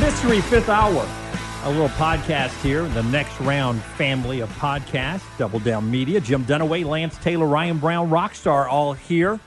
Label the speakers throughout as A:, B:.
A: Mystery Fifth Hour, a little podcast here, the next round family of podcasts, Double Down Media, Jim Dunaway, Lance Taylor, Ryan Brown, Rockstar, all here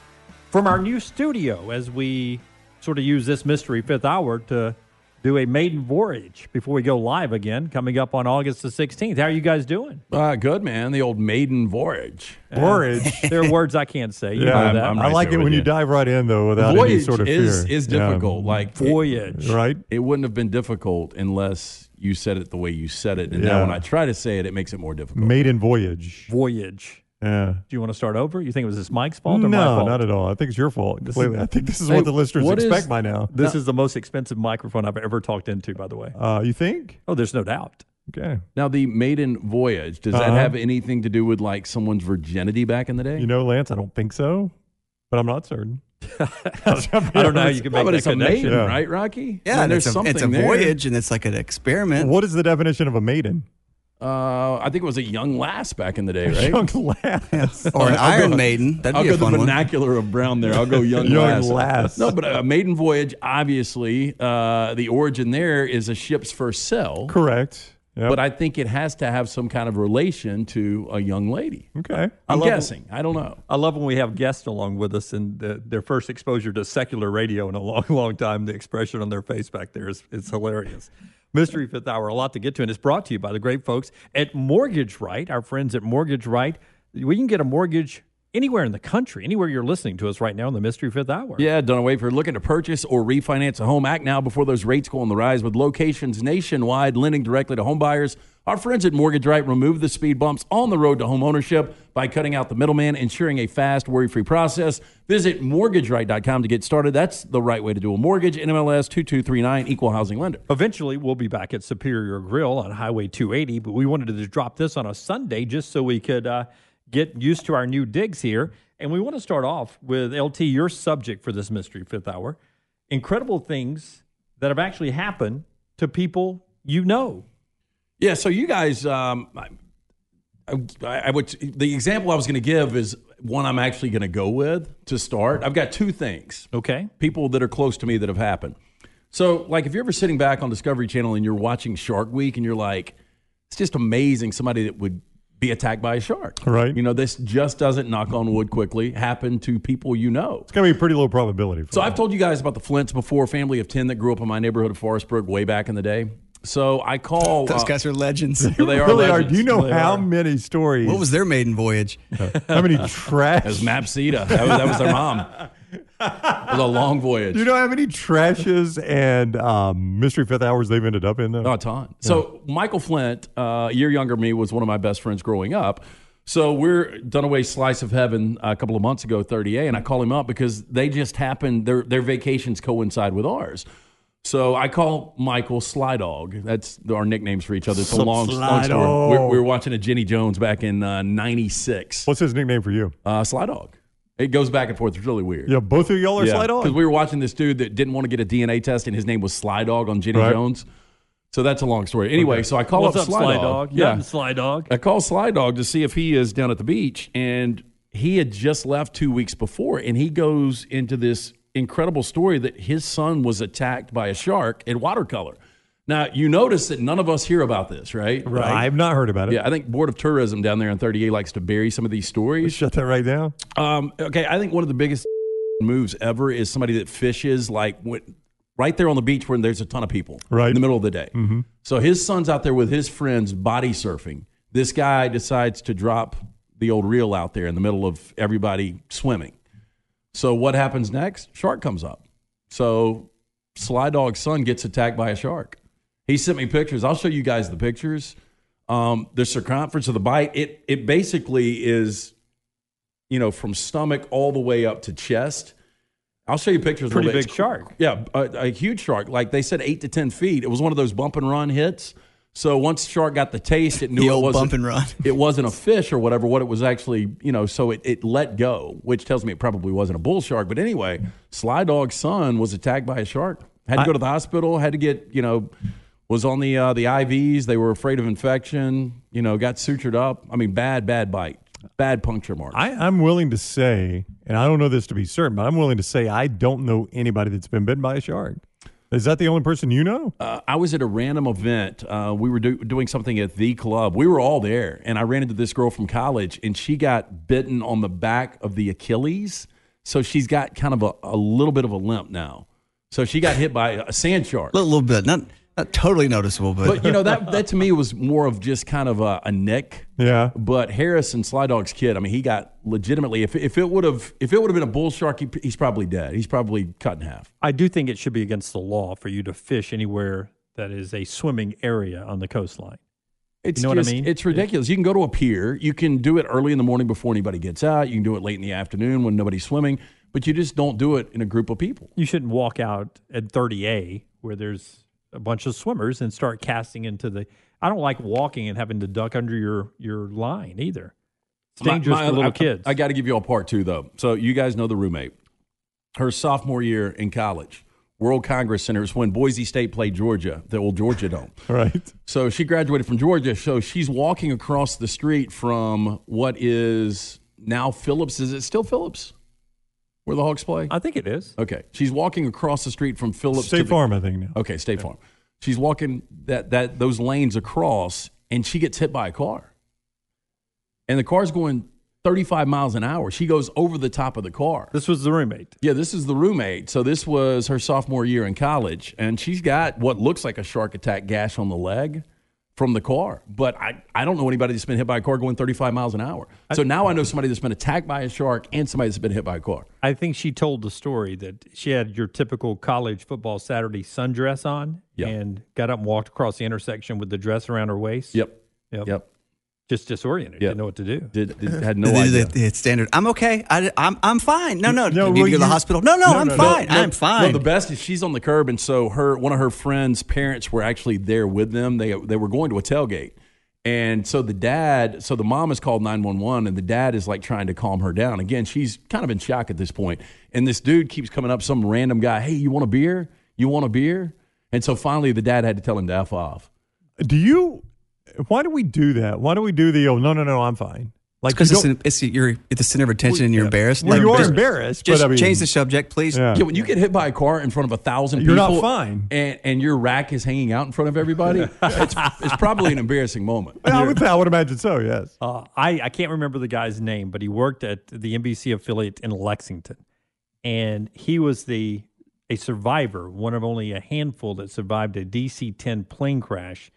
A: from our new studio as we sort of use this Mystery Fifth Hour to do a maiden voyage before we go live again coming up on August the 16th. How are you guys doing?
B: Uh, good, man. The old maiden voyage.
A: Voyage. there are words I can't say. You
C: Yeah,
A: know
C: I'm-
A: that.
B: I'm
C: I
B: right
C: like
B: there
C: it
B: with
C: when you.
B: you.
C: dive right in though without any
B: voyage
C: sort of
B: is,
C: fear.
B: is
C: Yeah.
B: difficult. Like
A: voyage.
C: right?
B: It, it wouldn't have been difficult unless you said it the way you said it. And now
C: Yeah. Mm.
B: when I try to say it, it makes it more difficult.
C: Maiden voyage.
A: Voyage.
C: Yeah.
A: Do you want to start over? You think it was this Mike's fault or
C: no,
A: my fault?
C: not at all. I think it's your fault completely. I think this is
B: Hey,
C: what the listeners
B: what is-
C: expect by now.
A: This is the most expensive microphone I've ever talked into, by the way.
C: Uh, you think?
A: Oh, there's no doubt.
C: Okay.
B: Now, the maiden voyage, does that
C: Uh-huh.
B: have anything to do with like someone's virginity back in the day?
C: You know, Lance, I don't think so, but I'm not certain.
A: I don't know how you can
B: No,
A: make
B: but
A: that
B: it's a
A: connection.
B: maiden,
C: Yeah.
B: right, Rocky?
D: Yeah,
B: I mean,
D: and
B: there's
D: it's a,
B: something
D: it's a
B: there.
D: voyage and it's like an experiment.
C: What is the definition of a maiden?
B: Uh, I think it was a young lass back in the day, right?
C: Young lass.
D: Or an Iron Maiden. That'd
B: I'll
D: be
B: go
D: a
B: the
D: fun one.
B: vernacular of Brown there. I'll go young,
C: Young
B: lass.
C: lass.
B: No, but a maiden voyage, obviously, uh, the origin there is a ship's first sail.
C: Correct. Yep.
B: But I think it has to have some kind of relation to a young lady.
C: okay.
B: I'm
A: love-
B: guessing. I don't know.
A: I love when we have guests along with us and the, their first exposure to secular radio in a long, long time. The expression on their face back there is it's hilarious. Mystery Fifth Hour, a lot to get to, and it's brought to you by the great folks at Mortgage Right, our friends at Mortgage Right. We can get a mortgage anywhere in the country, anywhere you're listening to us right now in the Mystery Fifth Hour.
B: Yeah, Dunaway, if you're looking to purchase or refinance a home, act now before those rates go on the rise with locations nationwide, lending directly to home buyers. Our friends at Mortgage Right remove the speed bumps on the road to home ownership by cutting out the middleman, ensuring a fast, worry free process. Visit mortgageright.com to get started. That's the right way to do a mortgage. NMLS 2239, equal housing lender.
A: Eventually, we'll be back at Superior Grill on Highway 280, but we wanted to just drop this on a Sunday just so we could uh, get used to our new digs here. And we want to start off with LT, your subject for this mystery fifth hour. Incredible things that have actually happened to people you know.
B: Yeah, so you guys, um, I, I, I would the example I was going to give is one I'm actually going to go with to start. I've got two things,
A: Okay.
B: people that are close to me that have happened. So, like, if you're ever sitting back on Discovery Channel and you're watching Shark Week, and you're like, it's just amazing somebody that would be attacked by a shark,
C: Right.
B: You know, this just doesn't knock on wood quickly happen to people you know.
C: It's going to be a pretty low probability. For
B: So
C: me.
B: I've told you guys about the Flints before, family of ten that grew up in my neighborhood of Forestburg way back in the day. So I call
D: Those
B: uh,
D: guys are legends.
B: so they are
C: really are.
B: legends.
C: Do you know
B: They
C: how
B: are.
C: many stories?
D: What was their maiden voyage?
C: how many trash?
B: It was Mapsita. That was, that was their mom. It was a long voyage.
C: you know how many trashes and um, mystery fifth hours they've ended up in though.
B: Not a ton. So Michael Flint, uh, a year younger than me, was one of my best friends growing up. So we're Dunaway Slice of Heaven a couple of months ago, 30A, and I call him up because they just happened, their, their vacations coincide with ours. So I call Michael Sly Dog. That's our nicknames for each other. It's a
C: Sup,
B: long, long
C: Sly
B: story. We we were
C: Dog.
B: watching a Jenny Jones back in uh, 96.
C: What's his nickname for you?
B: Uh, Sly Dog. It goes back and forth. It's really weird.
C: Yeah, both of y'all are
B: Yeah,
C: slide
B: Because
C: on.
B: we were watching this dude that didn't want to get a DNA test, and his name was Sly Dog on Jenny
C: Right.
B: Jones. So that's a long story. Anyway, so I call
A: What's
B: up,
A: up, Sly Dog?
B: Oh, Yeah.
A: Sly Dog.
B: I call Sly Dog to see if he is down at the beach, and he had just left two weeks before, and he goes into this incredible story that his son was attacked by a shark in watercolor. Now you notice that none of us hear about this, right?
C: I've not heard about it.
B: Yeah, I think Board of Tourism down there in 38 likes to bury some of these stories.
C: Shut that right down.
B: Um, okay, I think one of the biggest moves ever is somebody that fishes like when, right there on the beach where there's a ton of people
C: Right.
B: in the middle of the day. So his son's out there with his friends body surfing. This guy decides to drop the old reel out there in the middle of everybody swimming. So what happens next? Shark comes up. So Sly Dog's son gets attacked by a shark. He sent me pictures. I'll show you guys the pictures. Um, the circumference of the bite, it it basically is, you know, from stomach all the way up to chest. I'll show you pictures. in a
A: Pretty
B: little bit.
A: big shark.
B: Yeah, a, a huge shark. Like they said, eight to ten feet. It was one of those bump and run hits. So once the shark got the taste, it knew
D: The
B: it
D: old
B: wasn't
D: bump and run.
B: it wasn't a fish or whatever, what it was actually, you know, so it, it let go, which tells me it probably wasn't a bull shark. But anyway, Sly Dog's son was attacked by a shark. Had to go to the hospital, had to get, you know, was on the uh, the IVs. They were afraid of infection, you know, got sutured up. I mean, bad, bad bite, bad puncture mark.
C: I, I'm willing to say, and I don't know this to be certain, but I'm willing to say I don't know anybody that's been bitten by a shark. Is that the only person you know?
B: Uh, I was at a random event. Uh, we were do- doing something at the club. We were all there, and I ran into this girl from college, and she got bitten on the back of the Achilles. So she's got kind of a, a little bit of a limp now. So she got hit by a sand shark.
D: A little, little bit, not not totally noticeable, but,
B: But you know that that to me was more of just kind of a, a nick.
C: Yeah.
B: But Harris and Sly Dog's kid, I mean, he got legitimately. If if it would have if it would have been a bull shark, he, he's probably dead. He's probably cut in half.
A: I do think it should be against the law for you to fish anywhere that is a swimming area on the coastline.
B: It's
A: know what I
B: just-
A: mean?
B: It's ridiculous. You can go to a pier. You can do it early in the morning before anybody gets out. You can do it late in the afternoon when nobody's swimming. But you just don't do it in a group of people.
A: You shouldn't walk out at 30A where there's a bunch of swimmers and start casting into the. I don't like walking and having to duck under your your line either. It's
B: My-
A: dangerous
B: my-
A: for little
B: I-
A: kids.
B: I got to give you all part two though. So you guys know the roommate. Her sophomore year in college, World Congress Center is when Boise State played Georgia, the old Georgia Dome.
C: Right.
B: So she graduated from Georgia. So she's walking across the street from what is now Phillips. Is it still Phillips? Where the Hawks play?
A: I think it is.
B: Okay. She's walking across the street from Phillips. to
C: State
B: the-
C: Farm, I think now.
B: Okay, State Farm. She's walking that that those lanes across, and she gets hit by a car. And the car's going 35 miles an hour. She goes over the top of the car.
A: This was the roommate.
B: Yeah, this is the roommate. So this was her sophomore year in college, and she's got what looks like a shark attack gash on the leg from the car. But I, I don't know anybody that's been hit by a car going 35 miles an hour. So now I know somebody that's been attacked by a shark and somebody that's been hit by a car.
A: I think she told the story that she had your typical college football Saturday sundress on
B: Yeah.
A: and got up and walked across the intersection with the dress around her waist.
B: Yep.
A: Yep.
B: Yep.
A: Just disoriented.
B: Yeah.
A: Didn't know what to do.
B: Did, did- had no
D: They do
B: idea.
D: the- it's standard. I'm okay. I, am I'm fine. No, no,
C: No,
D: no need
C: well,
D: to go to the
C: you-
D: hospital. No, no,
C: No,
D: I'm
C: no, no.
D: fine.
B: No,
D: I'm fine.
B: No, the best is she's on the curb, and so her one of her friends' parents were actually there with them. They they were going to a tailgate, and so the dad, so the mom has called nine one one, and the dad is like trying to calm her down. Again, she's kind of in shock at this point, and this dude keeps coming up, some random guy. Hey, you want a beer? You want a beer? And so finally, the dad had to tell him to f off.
C: Do you? Why do we do that? Why do we do the oh no no no I'm fine? Like
D: because
C: you
D: it's,
C: don't-
D: in- it's you're at the center of attention and you're embarrassed.
C: Well,
D: Like,
C: you are
D: just-
C: embarrassed,
D: Just
C: but I mean,
D: change the subject, please.
C: Yeah.
B: Yeah, when you get hit by a car in front of a thousand
C: You're not
B: people,
C: fine.
B: and and your rack is hanging out in front of everybody, it's it's probably an embarrassing moment.
C: I would, I would imagine so. Yes.
A: Uh, I, I can't remember the guy's name, but he worked at the NBC affiliate in Lexington. And he was the a survivor, one of only a handful that survived a DC 10 plane crash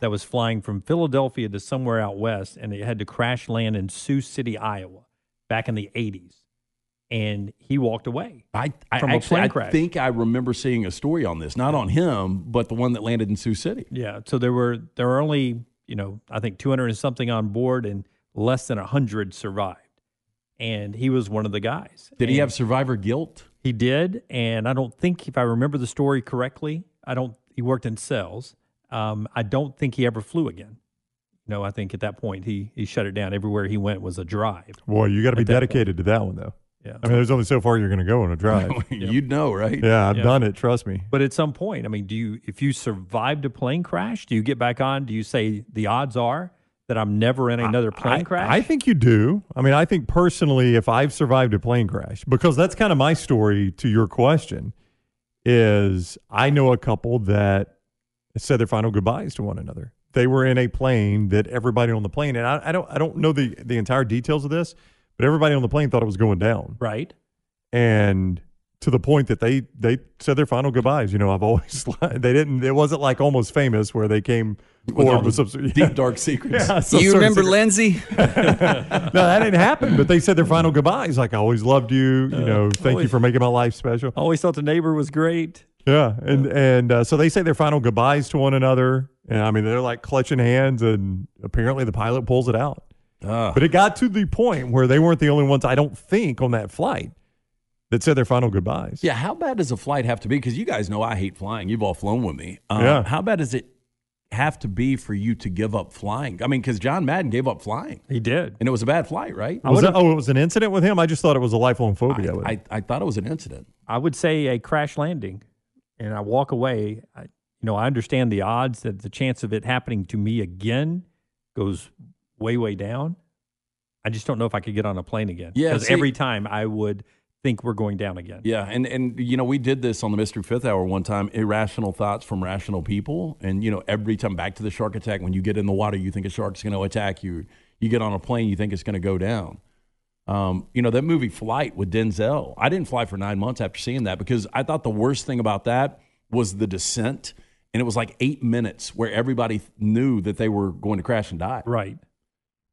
A: that was flying from Philadelphia to somewhere out west. And it had to crash land in Sioux City, Iowa, back in the 80s. And he walked away.
B: I, I
A: From a
B: actually,
A: plane
B: I
A: crash.
B: think I remember seeing a story on this, not on him, but the one that landed in Sioux City.
A: Yeah. So there were there were only you know I think 200 and something on board, and less than hundred survived. And he was one of the guys.
B: Did he
A: And
B: have survivor guilt?
A: He did, and I don't think if I remember the story correctly, I don't. He worked in sales. Um, I don't think he ever flew again. No, I think at that point he he shut it down. Everywhere he went was a drive.
C: Boy, you got to be
A: At that point.
C: dedicated to that one though.
A: Yeah.
C: I mean, there's only so far you're going to go on a drive.
B: You'd know, right?
C: yeah, I've
A: Yeah.
C: done it. Trust me.
A: But at some point, I mean, do you if you survived a plane crash, do you get back on? Do you say the odds are that I'm never in another plane
C: I-
A: crash?
C: I think you do. I mean, I think personally, if I've survived a plane crash, because that's kind of my story to your question, is I know a couple that said their final goodbyes to one another. They were in a plane that everybody on the plane, and I, I don't, I don't know the the entire details of this, but everybody on the plane thought it was going down,
A: right.
C: and to the point that they they said their final goodbyes. You know, I've always they didn't. It wasn't like almost famous where they came forward with some
B: Deep dark secrets.
C: Yeah, some
D: you
C: sort of
D: remember
C: secret-
D: Lindsay?
C: no, that didn't happen. But they said their final goodbyes. Like, I always loved you. You know, thank you for making my life special.
A: I always thought the neighbor was great.
C: Yeah, and and uh, so they say their final goodbyes to one another. And I mean, they're like clutching hands, and apparently the pilot pulls it out.
B: Ah.
C: But it got to the point where they weren't the only ones. I don't think on that flight that said their final goodbyes.
B: Yeah, how bad does a flight have to be? Because you guys know I hate flying. You've all flown with me. Um,
C: Yeah.
B: How bad does it have to be for you to give up flying? I mean, because John Madden gave up flying,
A: He did.
B: and it was a bad flight, right?
C: Was that, oh, it was an incident with him. I just thought it was a lifelong phobia. with him.
B: I, I, I thought it was an incident.
A: I would say a crash landing, and I walk away. I, you know, I understand the odds that the chance of it happening to me again goes way, way down. I just don't know if I could get on a plane again.
B: Yeah,
A: because
B: see-
A: every time I would think we're going down again.
B: Yeah, and and you know we did this on the Mystery Fifth Hour one time. Irrational thoughts from rational people, and you know every time back to the shark attack. When you get in the water, you think a shark's going to attack you. You get on a plane, you think it's going to go down. Um, you know that movie Flight with Denzel. I didn't fly for nine months after seeing that because I thought the worst thing about that was the descent, and it was like eight minutes where everybody knew that they were going to crash and die.
A: Right.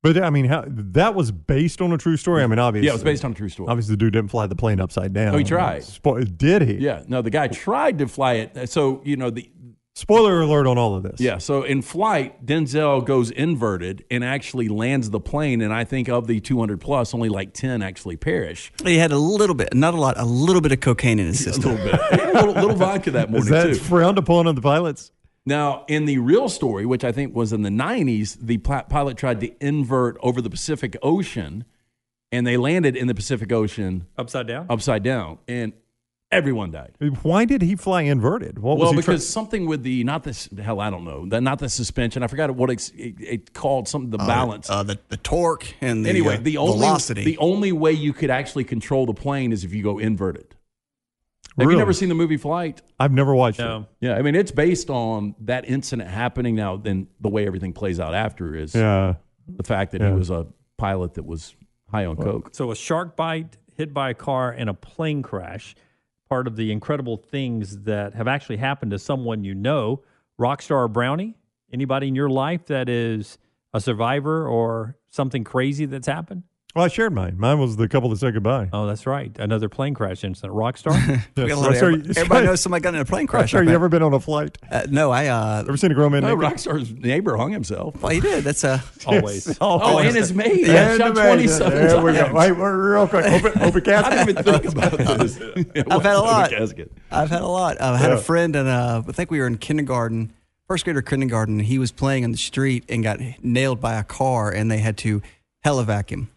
C: But I mean, how, that was based on a true story. I mean, obviously,
B: Yeah, it was based on a true story.
C: Obviously, the dude didn't fly the plane upside down.
B: Oh, he tried.
C: Spo- did he?
B: Yeah, no, the guy tried to fly it. So you know the
C: Spoiler alert on all of this.
B: Yeah. So in flight, Denzel goes inverted and actually lands the plane. And I think of the 200 plus, only like 10 actually perish.
D: He had a little bit, not a lot, a little bit of cocaine in his
B: A
D: system.
B: little bit. a little, little vodka that morning,
C: Is that
B: too.
C: frowned upon on the pilots?
B: Now, in the real story, which I think was in the 90s, the pl- pilot tried to invert over the Pacific Ocean and they landed in the Pacific Ocean
A: Upside down.
B: upside down and everyone died.
C: Why did he fly inverted? What was
B: well,
C: he try-
B: because something with the not this hell I don't know the, not the suspension I forgot what it's, it, it called something the balance
D: Uh, the, the torque and the,
B: anyway,
D: uh,
B: the only
D: velocity.
B: the only way you could actually control the plane is if you go inverted. Have
C: Really?
B: you never seen the movie Flight?
C: I've never watched
A: No.
B: Yeah, I mean it's based on that incident happening. Now, then the way everything plays out after is
C: it. Yeah.
B: the fact that
C: Yeah.
B: he was a pilot that was high on coke.
A: So a shark bite, hit by a car, and a plane crash. Part of the incredible things that have actually happened to someone you know. Rockstar Brownie, anybody in your life that is a survivor or something crazy that's happened?
C: Well, I shared mine. Mine was the couple that said goodbye.
A: Oh, that's right. Another plane crash incident. Rockstar?
D: We got a
C: Yes.
D: lot of-
C: Sir,
D: everybody,
C: you-
D: everybody knows somebody got in a plane
C: I'm
D: crash.
C: sure
D: I
C: you
D: bet.
C: ever been on a flight?
D: Uh, no, I. Uh,
C: Ever seen a grown man?
B: No,
C: naked?
B: Rockstar's neighbor hung himself.
D: well, he did. That's uh, a.
A: Always.
B: Oh, and his mate.
C: Yeah,
B: shot
C: the man-
B: 27
C: There we go.
B: times.
C: Wait, we're real quick. Open, open
B: I
C: casket.
B: didn't even think about this.
D: I've had a lot.
B: Casket.
D: I've had a lot. I had
C: Yeah.
D: a friend, and uh, I think we were in kindergarten, first grade or kindergarten. And he was playing in the street and got nailed by a car, and they had to helivac him.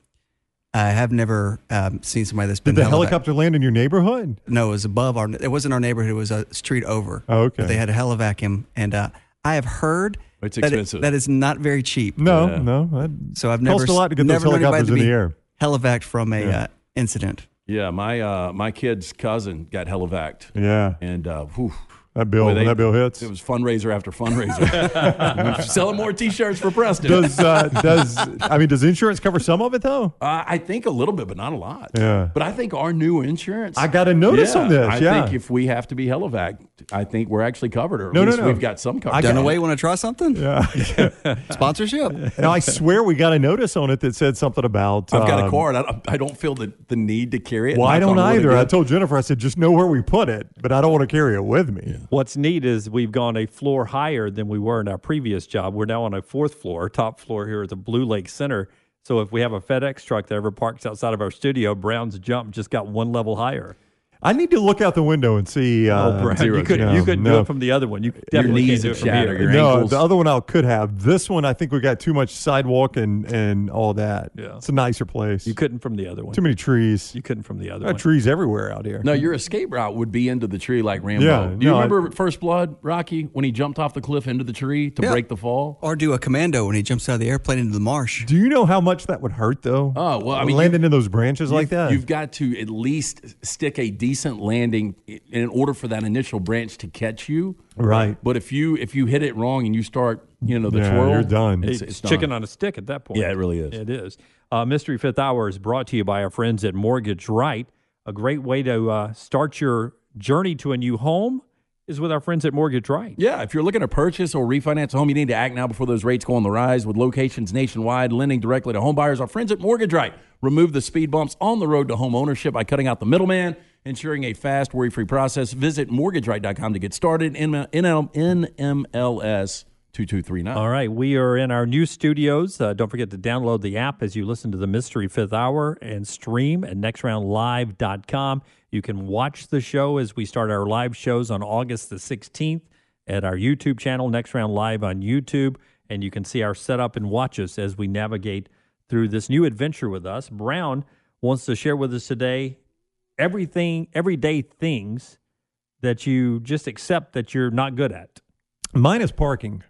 D: I have never um, seen somebody that's been
C: Did the
D: helivac-
C: helicopter land in your neighborhood?
D: No, it was above our. It wasn't our neighborhood. It was a street over.
C: Oh, okay.
D: But they had to helivac him, and uh, I have heard
B: It's
D: that it-
B: expensive.
D: that is not very cheap.
C: No,
B: Yeah.
C: no. That
D: So I've
C: cost
D: never
C: a lot to get those
D: never known anybody
C: helicopters
D: to
C: in
D: be
C: the air.
D: Helivac'd from a uh, incident.
B: Yeah, my uh, my kid's cousin got helivacked,
C: Yeah,
B: and uh, whew,
C: that bill.
B: Boy, they-
C: when that bill hits.
B: It was fundraiser after fundraiser. Selling more T-shirts for Preston.
C: does uh, does I mean does insurance cover some of it though?
B: uh, I think a little bit, but not a lot.
C: Yeah.
B: But I think our new insurance.
C: I got a notice on this,
B: I
C: yeah.
B: think if we have to be helivac, I think we're actually covered, or at
C: No, no,
B: least
C: no.
B: we've got some coverage.
C: got-
D: Dunaway, want to try something?
C: Yeah,
D: Sponsorship.
C: and I swear we got a notice on it that said something about.
B: I've got a
C: um,
B: car, and I don't, I don't feel the, the need to carry it.
C: Well, I
B: Knock
C: don't
B: on wood
C: either. I
B: again.
C: told Jennifer, I said, just know where we put it, but I don't want to carry it with me.
A: What's neat is we've gone a floor higher than we were in our previous job. We're now on a fourth floor, top floor here at the Blue Lake Center. So if we have a FedEx truck that ever parks outside of our studio, Brown's Jump just got one level higher.
C: I need to look out the window and see. Uh,
A: oh, Brown,
B: zero
A: you couldn't
C: chance.
A: you couldn't
C: No.
A: do it from the other one. You definitely can't
B: knees
A: do
B: would
A: it from
B: shatter.
A: here.
B: Your
C: no,
B: ankles.
C: the other one I could have. This one, I think we got too much sidewalk and and all that.
A: Yeah.
C: It's a nicer place.
A: You couldn't from the other one.
C: too many trees.
A: You couldn't from the other
C: There are
A: one.
C: trees everywhere out here.
B: No, your escape route would be into the tree like Rambo.
C: Yeah,
B: Do you
C: no, I-
B: remember First Blood, Rocky, when he jumped off the cliff into the tree to
D: Yeah.
B: break the fall?
D: Or do a commando when he jumps out of the airplane into the marsh.
C: Do you know how much that would hurt though?
B: Oh, well, I mean,
C: landing in those branches like
B: You've-
C: that.
B: You've got to at least stick a decent landing i- in order for that initial branch to catch you.
C: right.
B: But if you if you hit it wrong and you start, you know, the
C: Yeah,
B: twirl,
C: you're done.
B: It's,
A: it's
B: it's
A: chicken
B: done.
A: on a stick at that point.
B: Yeah, it really is.
A: It is. Uh, Mystery Fifth Hour is brought to you by our friends at Mortgage Right. A great way to uh, start your journey to a new home is with our friends at Mortgage Right.
B: Yeah, if you're looking to purchase or refinance a home, you need to act now before those rates go on the rise. With locations nationwide, lending directly to home buyers, our friends at Mortgage Right remove the speed bumps on the road to home ownership by cutting out the middleman, ensuring a fast, worry-free process. Visit mortgageright.com to get started. NM- NMLS two two three nine.
A: All right, we are in our new studios. Uh, don't forget to download the app as you listen to the Mystery Fifth Hour and stream at nextroundlive.com. You can watch the show as we start our live shows on August the 16th at our YouTube channel, Next Round Live on YouTube. And you can see our setup and watch us as we navigate through this new adventure with us. Brown wants to share with us today everything, everyday things that you just accept that you're not good at.
C: Mine is parking.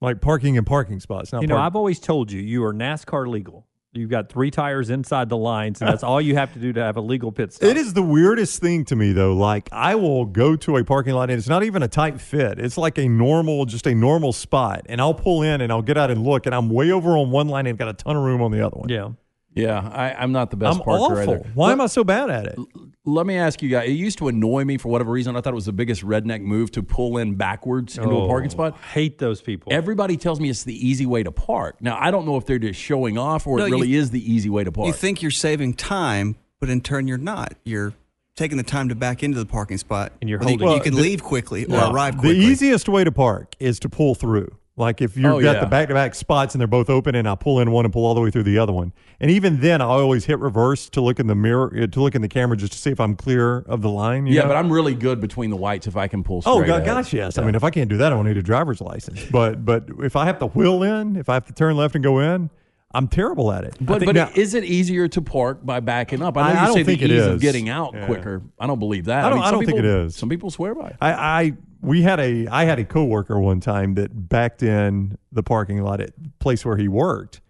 C: Like parking in parking spots. Not
A: you know,
C: park-
A: I've always told you you are NASCAR legal. You've got three tires inside the lines, and that's all you have to do to have a legal pit stop.
C: It is the weirdest thing to me though. Like I will go to a parking lot and it's not even a tight fit. It's like a normal, just a normal spot. And I'll pull in and I'll get out and look and I'm way over on one line and got a ton of room on the other one.
A: Yeah.
B: Yeah, I, I'm not the best
C: I'm
B: parker
C: awful.
B: either.
C: Why am I so bad at it?
B: Let me ask you guys. It used to annoy me for whatever reason. I thought it was the biggest redneck move to pull in backwards into
C: Oh.
B: a parking spot.
A: Oh, Hate those people.
B: Everybody tells me it's the easy way to park. Now I don't know if they're just showing off or
D: No,
B: it
D: you-
B: really is the easy way to park.
D: You think you're saving time, but in turn you're not. You're taking the time to back into the parking spot.
A: And you're
D: Whether you-
A: holding-
D: You can leave quickly or arrive
C: The
D: quickly.
C: easiest way to park is to pull through. Like if you've
B: Oh,
C: got
B: yeah.
C: the back to back spots and they're both open, and I pull in one and pull all the way through the other one. And even then, I always hit reverse to look in the mirror, uh, to look in the camera, just to see if I'm clear of the line. you
B: yeah,
C: know?
B: but I'm really good between the whites if I can pull.
C: Oh
B: straight
C: go-
B: ahead.
C: gosh, yes. I mean, if I can't do that, I don't need a driver's license. But but if I have to wheel in, if I have to turn left and go in, I'm terrible at it. I
B: But
C: think
B: but
C: now-
B: is it easier to park by backing up? I know
C: I-
B: you
C: I don't
B: say
C: think
B: the
C: it
B: ease of
C: is.
B: getting out quicker. I don't believe that.
C: I don't- I
B: some
C: don't think
B: people-
C: it is.
B: Some people swear by it.
C: I, I we had a I had a coworker one time that backed in the parking lot at the place where he worked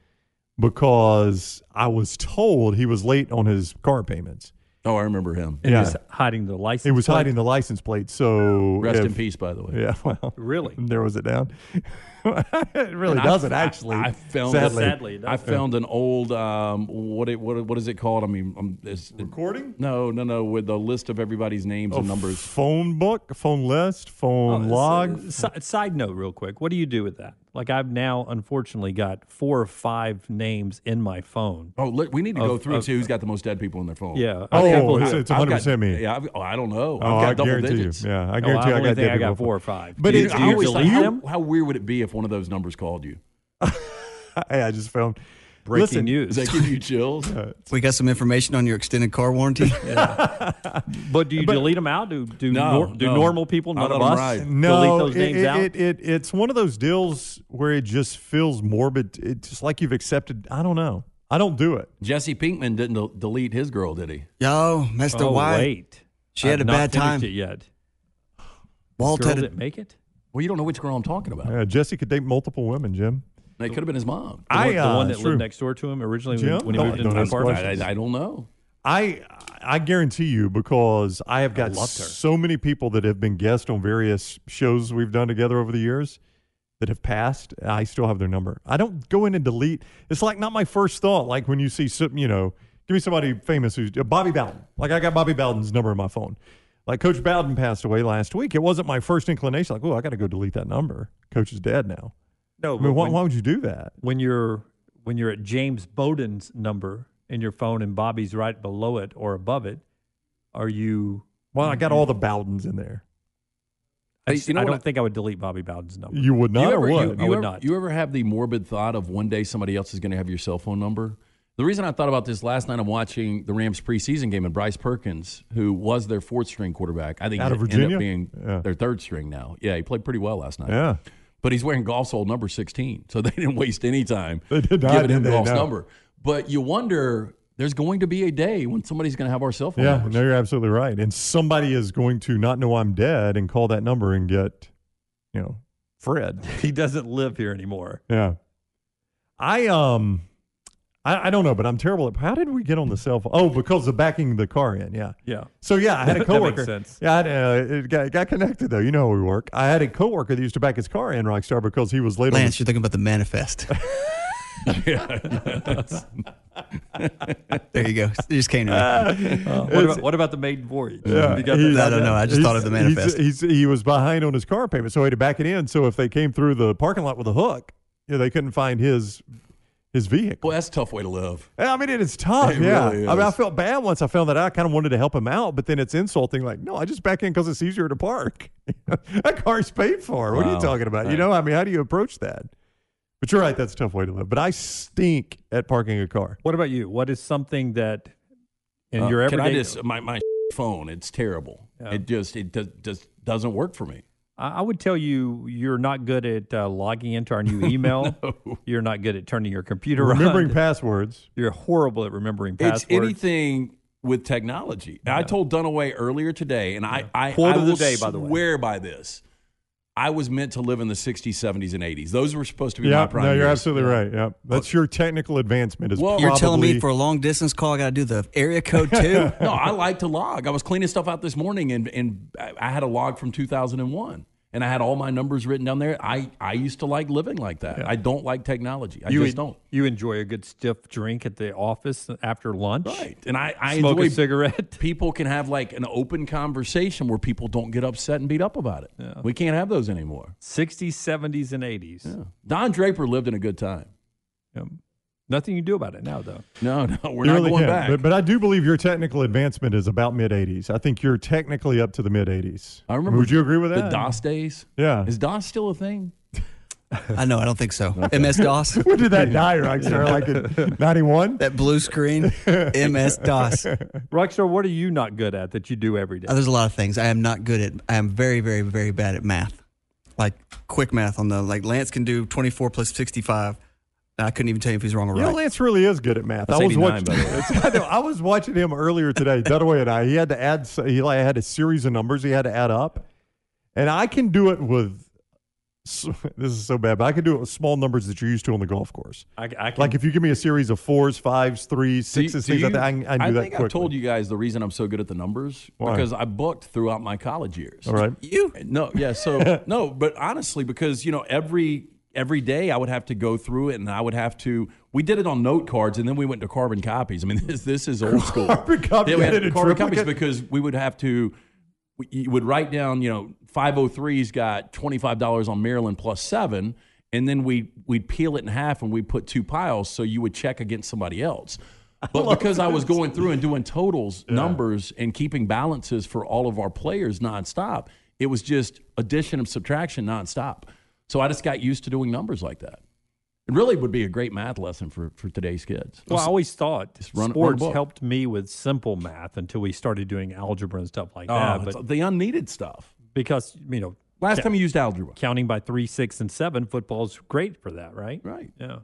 C: because I was told he was late on his car payments.
B: Oh, I remember him.
A: and
C: yeah.
A: just hiding the license.
C: He was
A: plate.
C: hiding the license plate, so
B: Rest
C: if-
B: in peace, by the way.
C: Yeah, well,
A: Really?
C: there was it down. it really
B: And I-
C: doesn't
B: I-
C: actually.
B: I, found
C: sadly.
A: Sadly, it
B: I
A: doesn't.
B: found an old um, what it what what is it called? I mean, um, it's, it-
C: recording.
B: no,
C: Oh,
B: no, no, with the list of everybody's names and numbers. Oh,
C: Phone book, phone list, phone log.
A: uh, S- side note, real quick. What do you do with that? Like, I've now unfortunately got four or five names in my phone.
B: Oh, look, we need to go
A: Of-
B: through
A: of-
B: to who's got the most dead people on their phone.
A: Yeah.
C: Oh,
A: I've got-
C: it's-
A: I've-
C: it's
B: I've
C: 100%
B: got,
C: me.
B: Yeah, I've, oh, I don't know.
C: Oh,
B: I've got
C: I
B: double
C: guarantee
B: digits.
C: you. Yeah, I
A: Oh,
C: guarantee
A: I
C: I,
A: only
C: got
A: think I
C: dead
A: got
C: people.
A: four or five.
C: But
A: Do
C: it's
A: you
B: I always
C: usually-
B: thought,
A: delete
B: how,
A: them?
B: how weird would it be if one of those numbers called you?
C: Hey, I just found
A: Breaking
C: Listen,
A: news.
B: Does that give you chills?
D: we got some information on your extended car warranty.
A: But do you delete them out? Do do,
B: No,
A: nor- do
B: no.
A: normal people,
B: I
A: none
B: let
A: of
B: 'em
A: us,
B: ride.
C: No,
A: delete those names
C: it,
A: out?
C: It, it, it's one of those deals where it just feels morbid. It's just like you've accepted. I don't know. I don't do it.
B: Jesse Pinkman didn't del- delete his girl, did he?
D: Yo, Mr.
A: oh,
D: White.
A: wait.
D: She had
A: I've
D: a
A: not
D: bad
A: finished
D: time.
A: It yet.
D: Walt
A: Girl
D: had a
A: didn't make it.
B: Well, you don't know which girl I'm talking about.
C: Uh, Jesse could date multiple women, Jim.
B: It could have been his mom.
A: The
C: I
A: one, the
C: uh,
A: one that
C: true.
A: lived next door to him originally
C: Jim?
A: when he
C: No,
A: moved into
C: don't
A: the
C: ask
A: apartment.
B: I, I- I don't know.
C: I I guarantee you because I have got
A: loved her.
C: so many people that have been guests on various shows we've done together over the years that have passed. I still have their number. I don't go in and delete. It's like not my first thought. Like when you see some, you know, give me somebody famous who's uh, Bobby Bowden. Like I got Bobby Bowden's number in my phone. Like Coach Bowden passed away last week. It wasn't my first inclination. Like, oh, I got to go delete that number. Coach is dead now.
A: No,
C: I mean, why,
A: when,
C: why would you do that?
A: when you're when you're at James Bowden's number in your phone and Bobby's right below it or above it, are you?
C: Well, I got all the Bowdens in there.
A: I,
B: Hey,
A: just-
B: you know
A: I
B: what
A: don't
B: I-
A: think I would delete Bobby Bowden's number.
C: You would not,
B: you
C: or
B: ever,
C: what?
B: You,
A: I
B: you
A: would
B: ever,
A: not.
B: You ever have the morbid thought of one day somebody else is going to have your cell phone number? The reason I thought about this last night, I'm watching the Rams preseason game, and Bryce Perkins, who was their fourth string quarterback, I think
C: Out of
B: he ended
C: Virginia?
B: up being
C: Yeah.
B: their third string now. Yeah, he played pretty well last night.
C: yeah.
B: But he's wearing golf's old number 16, so they didn't waste any time
C: They did not,
B: giving him
C: did they?
B: golf's
C: No.
B: number. But you wonder, there's going to be a day when somebody's going to have our cell phone
C: Yeah,
B: numbers.
C: no, you're absolutely right. And somebody is going to not know I'm dead and call that number and get, you know, Fred.
A: he doesn't live here anymore.
C: Yeah. I um, I, I don't know, but I'm terrible at. How did we get on the cell phone? Oh, because of backing the car in. Yeah.
A: Yeah.
C: So yeah, I had a
A: That makes
C: coworker.
A: sense.
C: Yeah, I had, uh, it got, it got connected though. You know how we work. I had a coworker that used to back his car in Rockstar because he was late. on
D: Lance,
C: his-
D: you're thinking about the manifest. there you go. It just came to me.
C: Uh,
A: Uh, What about, what about the maiden voyage?
C: Yeah,
A: You got
C: he-
A: that
D: I don't
A: down?
D: know. I just
C: he's-
D: thought of the
C: he's-
D: manifest.
C: He's, he was behind on his car payment, so he had to back it in. So if they came through the parking lot with a hook, you know, they couldn't find his his vehicle.
B: Boy, that's a tough way to live.
C: I mean, it is tough.
B: It
C: yeah,
B: really
C: I mean, I
B: is.
C: felt bad once I found that out. I kind of wanted to help him out, but then it's insulting. Like, no, I just back in because it's easier to park. that car's paid for. What are you
B: Wow.
C: talking about? You
B: Right.
C: know, I mean, how do you approach that? But you're right. That's a tough way to live. But I stink at parking a car.
A: What about you? What is something that in
B: Uh,
A: your
B: can
A: everyday?
B: I just my my phone? It's terrible. It just it does, just doesn't work for me.
A: I I would tell you, you're not good at uh, logging into our new email. You're not good at turning your computer
C: Remembering
A: on.
C: passwords.
A: you're horrible at remembering
B: It's
A: passwords.
B: anything with technology. And I told Dunaway earlier today, and I I,
A: Quote
B: I
A: of the
B: will
A: day, by the way.
B: swear by this. I was meant to live in the 60s, 70s, and 80s. Those were supposed to be my
C: Yeah,
B: prime
C: no, you're
B: years.
C: absolutely right. Yeah, that's your technical advancement. Is
B: Well-
C: probably,
B: You're
D: You're telling me for a long distance call, I got to do the area code too.
B: no, I like to log. I was cleaning stuff out this morning, and and I I had a log from 2001, and I had all my numbers written down there. I I used to like living like that. I don't like technology. I
A: you
B: just
A: en-
B: don't.
A: You enjoy a good stiff drink at the office after lunch.
B: Right, and I I
A: Smoke
B: enjoy
A: a cigarette.
B: People can have like an open conversation where people don't get upset and beat up about it. We can't have those anymore.
A: 60s, 70s, and 80s.
B: Don Draper lived in a good time.
A: Yep. Nothing you do about it now, though.
B: No, no, we're
C: you
B: not
C: really
B: going
C: can.
B: back.
C: But, but I do believe your technical advancement is about mid '80s. I think you're technically up to the mid '80s.
B: I remember.
C: Would you agree with
B: The
C: that?
B: DOS days.
C: Yeah.
B: Is DOS still a thing?
D: I know. I don't think so. MS DOS.
C: when did that die, Rockstar? Like in '91?
D: That blue screen, MS DOS. Uh,
A: Rockstar, what are you not good at that you do every day?
D: there's a lot of things I am not good at. I am very, very, very bad at math, like quick math on the like. Lance can do 24 plus 65. And I couldn't even tell you if he's wrong or
C: You know,
D: right.
C: Lance really is good at math.
B: That's
C: I was
B: 89,
C: watching.
B: by the way.
C: I, know, I was watching him earlier today. Dunaway and I. He had to add. so- He like had a series of numbers he had to add up, and I can do it with. s- This is so bad, but I can do it with small numbers that you're used to on the golf course.
A: I, I can,
C: Like if you give me a series of fours, fives, threes,
B: Do you-
C: sixes,
B: do
C: things like
B: you-
C: that, I can, I can do that
B: think
C: quickly.
B: I've told you guys the reason I'm so good at the numbers
C: Why?
B: because I booked throughout my college years.
C: All right.
D: You
B: No, yeah. So no, but honestly, because you know every every day I would have to go through it, and I would have to. We did it on note cards, and then we went to carbon copies. I mean, this this is old school.
C: Carbon copy,
B: Yeah, we
C: you did
B: had
C: a
B: carbon
C: triplicate?
B: copies because we would have to. we- You would write down, you know, five hundred three's got twenty five dollars on Maryland plus seven, and then we we'd peel it in half and we would put two piles, so you would check against somebody else. But because I was going through and doing totals, numbers, and keeping balances for all of our players nonstop, it was just addition and subtraction nonstop. So I just got used to doing numbers like that. It really would be a great math lesson for, for today's kids.
A: well, I always thought
B: run- run a
A: sports
B: book.
A: helped me with simple math until we started doing algebra and stuff like
B: Oh,
A: that.
B: it's
A: But
B: the unneeded stuff.
A: because, you know,
B: Last time you used algebra.
A: counting by three, six, and seven, football's great for that, right?
B: Right.
A: Yeah.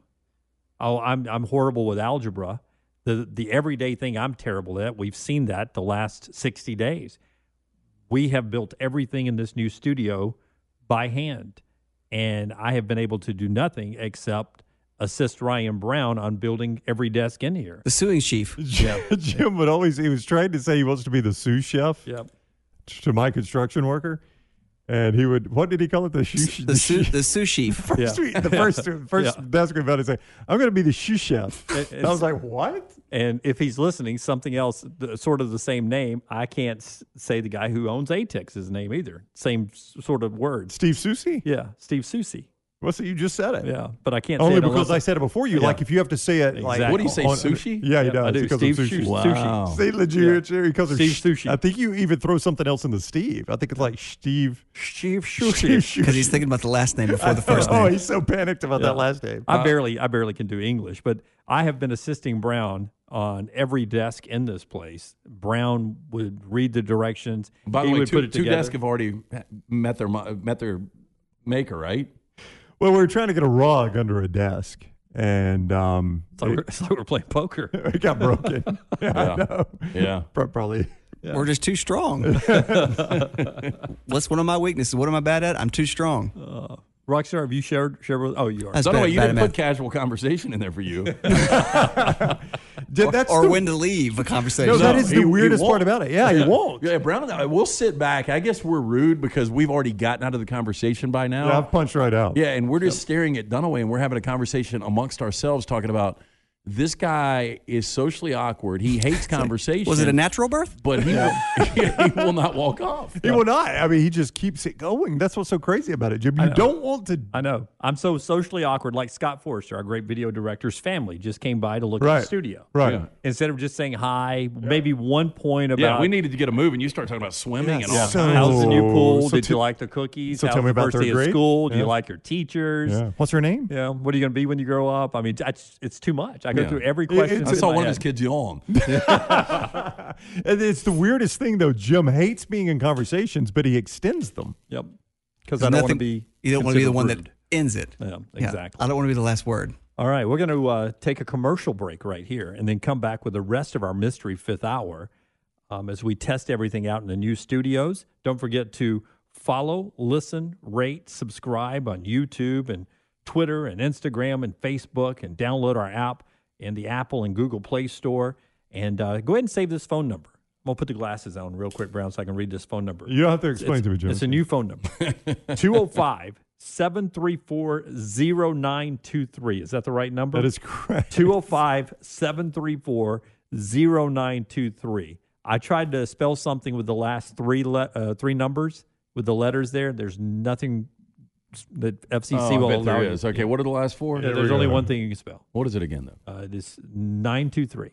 A: Oh, I'm I'm horrible with algebra. The the everyday thing I'm terrible at. We've seen that the last 60 days. We have built everything in this new studio by hand, and I have been able to do nothing except assist Ryan Brown on building every desk in here.
D: the suing chief.
C: Jim would always. He was trying to say he wants to be the sous chef
A: Yep.
C: to my construction worker, and he would. What did he call it? The sous.
D: The su- the sous chief.
A: Yeah.
C: First we- the first first
A: Yeah.
C: desk we found is like, I'm going to be the shoe chef.
A: It-
C: And I was like, what?
A: And if he's listening, something else, th- sort of the same name, I can't s- say the guy who owns Atex's name either. Same s- sort of words.
C: Steve Susie?
A: Yeah, Steve Susi.
C: What's it? You just said it.
A: Yeah, but I can't say
C: Only
A: it
C: because
A: unless-
C: I said it before you. Like if you have to say it, like
A: Exactly. What do
B: you say, sushi?
C: yeah, he
A: Yep,
C: does.
A: I do.
C: Because
A: Steve
C: of sushi.
A: Sushi.
B: Wow.
C: See, legit, he calls her
A: Steve
C: sh-
A: Sushi.
C: I think you even throw something else in the Steve. I think it's like Steve.
A: Steve
C: Steve
A: Sushi.
D: Because
C: Sushi.
D: he's thinking about the last name before the first
C: oh,
D: name.
C: he's so panicked about that last name.
A: I barely, I barely can do English, but I have been assisting Brown on every desk in this place. Brown would read the directions.
B: By
A: he
B: the way,
A: would
B: two,
A: put it
B: two
A: together.
B: desks have already met their mo- met their maker, right?
C: Well, we were trying to get a rug under a desk, and um,
A: It's like, we're, it's like we're playing poker.
C: it, it got broken. yeah, I
B: Yeah.
C: know.
B: Yeah.
C: Pro- Probably.
D: We're just too strong. What's one of my weaknesses? What am I bad at? I'm too strong.
A: Uh, Rockstar, have you shared? shared with, oh, you are.
D: That's
B: So
D: bad,
B: anyway, you
D: bad
B: didn't
D: at
B: put casual conversation in there for you.
C: Did,
D: math.
C: that's
D: or
C: the-
D: when to leave a conversation.
C: No, that is
B: he-
C: the
B: he
C: weirdest
B: won't.
C: part about it. Yeah, he won't.
B: Yeah, Brown and I, we'll sit back. I guess we're rude because we've already gotten out of the conversation by now.
C: Yeah, I've punched right out.
B: Yeah, and we're just staring at Dunaway and we're having a conversation amongst ourselves talking about this guy is socially awkward. He hates conversation.
D: Was it a natural birth?
B: But he, will, he will not walk off.
C: He will not. I mean, he just keeps it going. That's what's so crazy about it, Jim. You don't want to.
A: I know. I'm so socially awkward. Like Scott Forrester, our great video director's family, just came by to look at
C: Right.
A: the studio.
C: Right.
B: Yeah.
A: Instead of just saying hi, maybe one point about
B: Yeah, we needed to get a move, and you start talking about swimming and all.
C: So-
A: How's the new pool?
C: so
A: Did
C: t-
A: you like the cookies?
C: so
A: How's
C: tell me
A: the
C: about
A: first
C: third
A: day of
C: grade?
A: school? Do
C: Yeah.
A: you like your teachers?
C: Yeah.
A: Yeah.
C: What's her name?
A: What are you going to be when you grow up? I mean, it's, it's too much. I go
B: Yeah.
A: through every
C: It-
A: question.
C: it's-
B: I
A: in
B: saw
A: my
B: one of
A: head.
B: his kids yawn.
C: And it's the weirdest thing, though. Jim hates being in conversations, but he extends them.
A: Yep. Because I don't want to
D: Nothing-
A: be.
D: You don't want to be the
A: considered
D: one
A: rude.
D: that ends it.
A: Yeah,
D: Yeah.
A: exactly.
D: I don't want to be the last word.
A: All right, we're going to uh, take a commercial break right here and then come back with the rest of our mystery fifth hour um, as we test everything out in the new studios. Don't forget to follow, listen, rate, subscribe on YouTube and Twitter and Instagram and Facebook and download our app in the Apple and Google Play Store. And uh, go ahead and save this phone number. I'm going to put the glasses on real quick, Brown, so I can read this phone number.
C: You don't have to explain to me, Jim.
A: It's a new phone number 205 734 0923. Is that the right number?
C: that is correct.
A: 205 734 0923. I tried to spell something with the last three le- uh, three numbers with the letters there. There's nothing s- that FCC
B: Oh,
A: will
B: I bet
A: allow.
B: there
A: you-
B: is. Okay, what are the last four?
A: Yeah, there's
C: we
A: only
C: go.
A: one thing you can spell.
B: What is it again, though?
A: Uh, it is 923.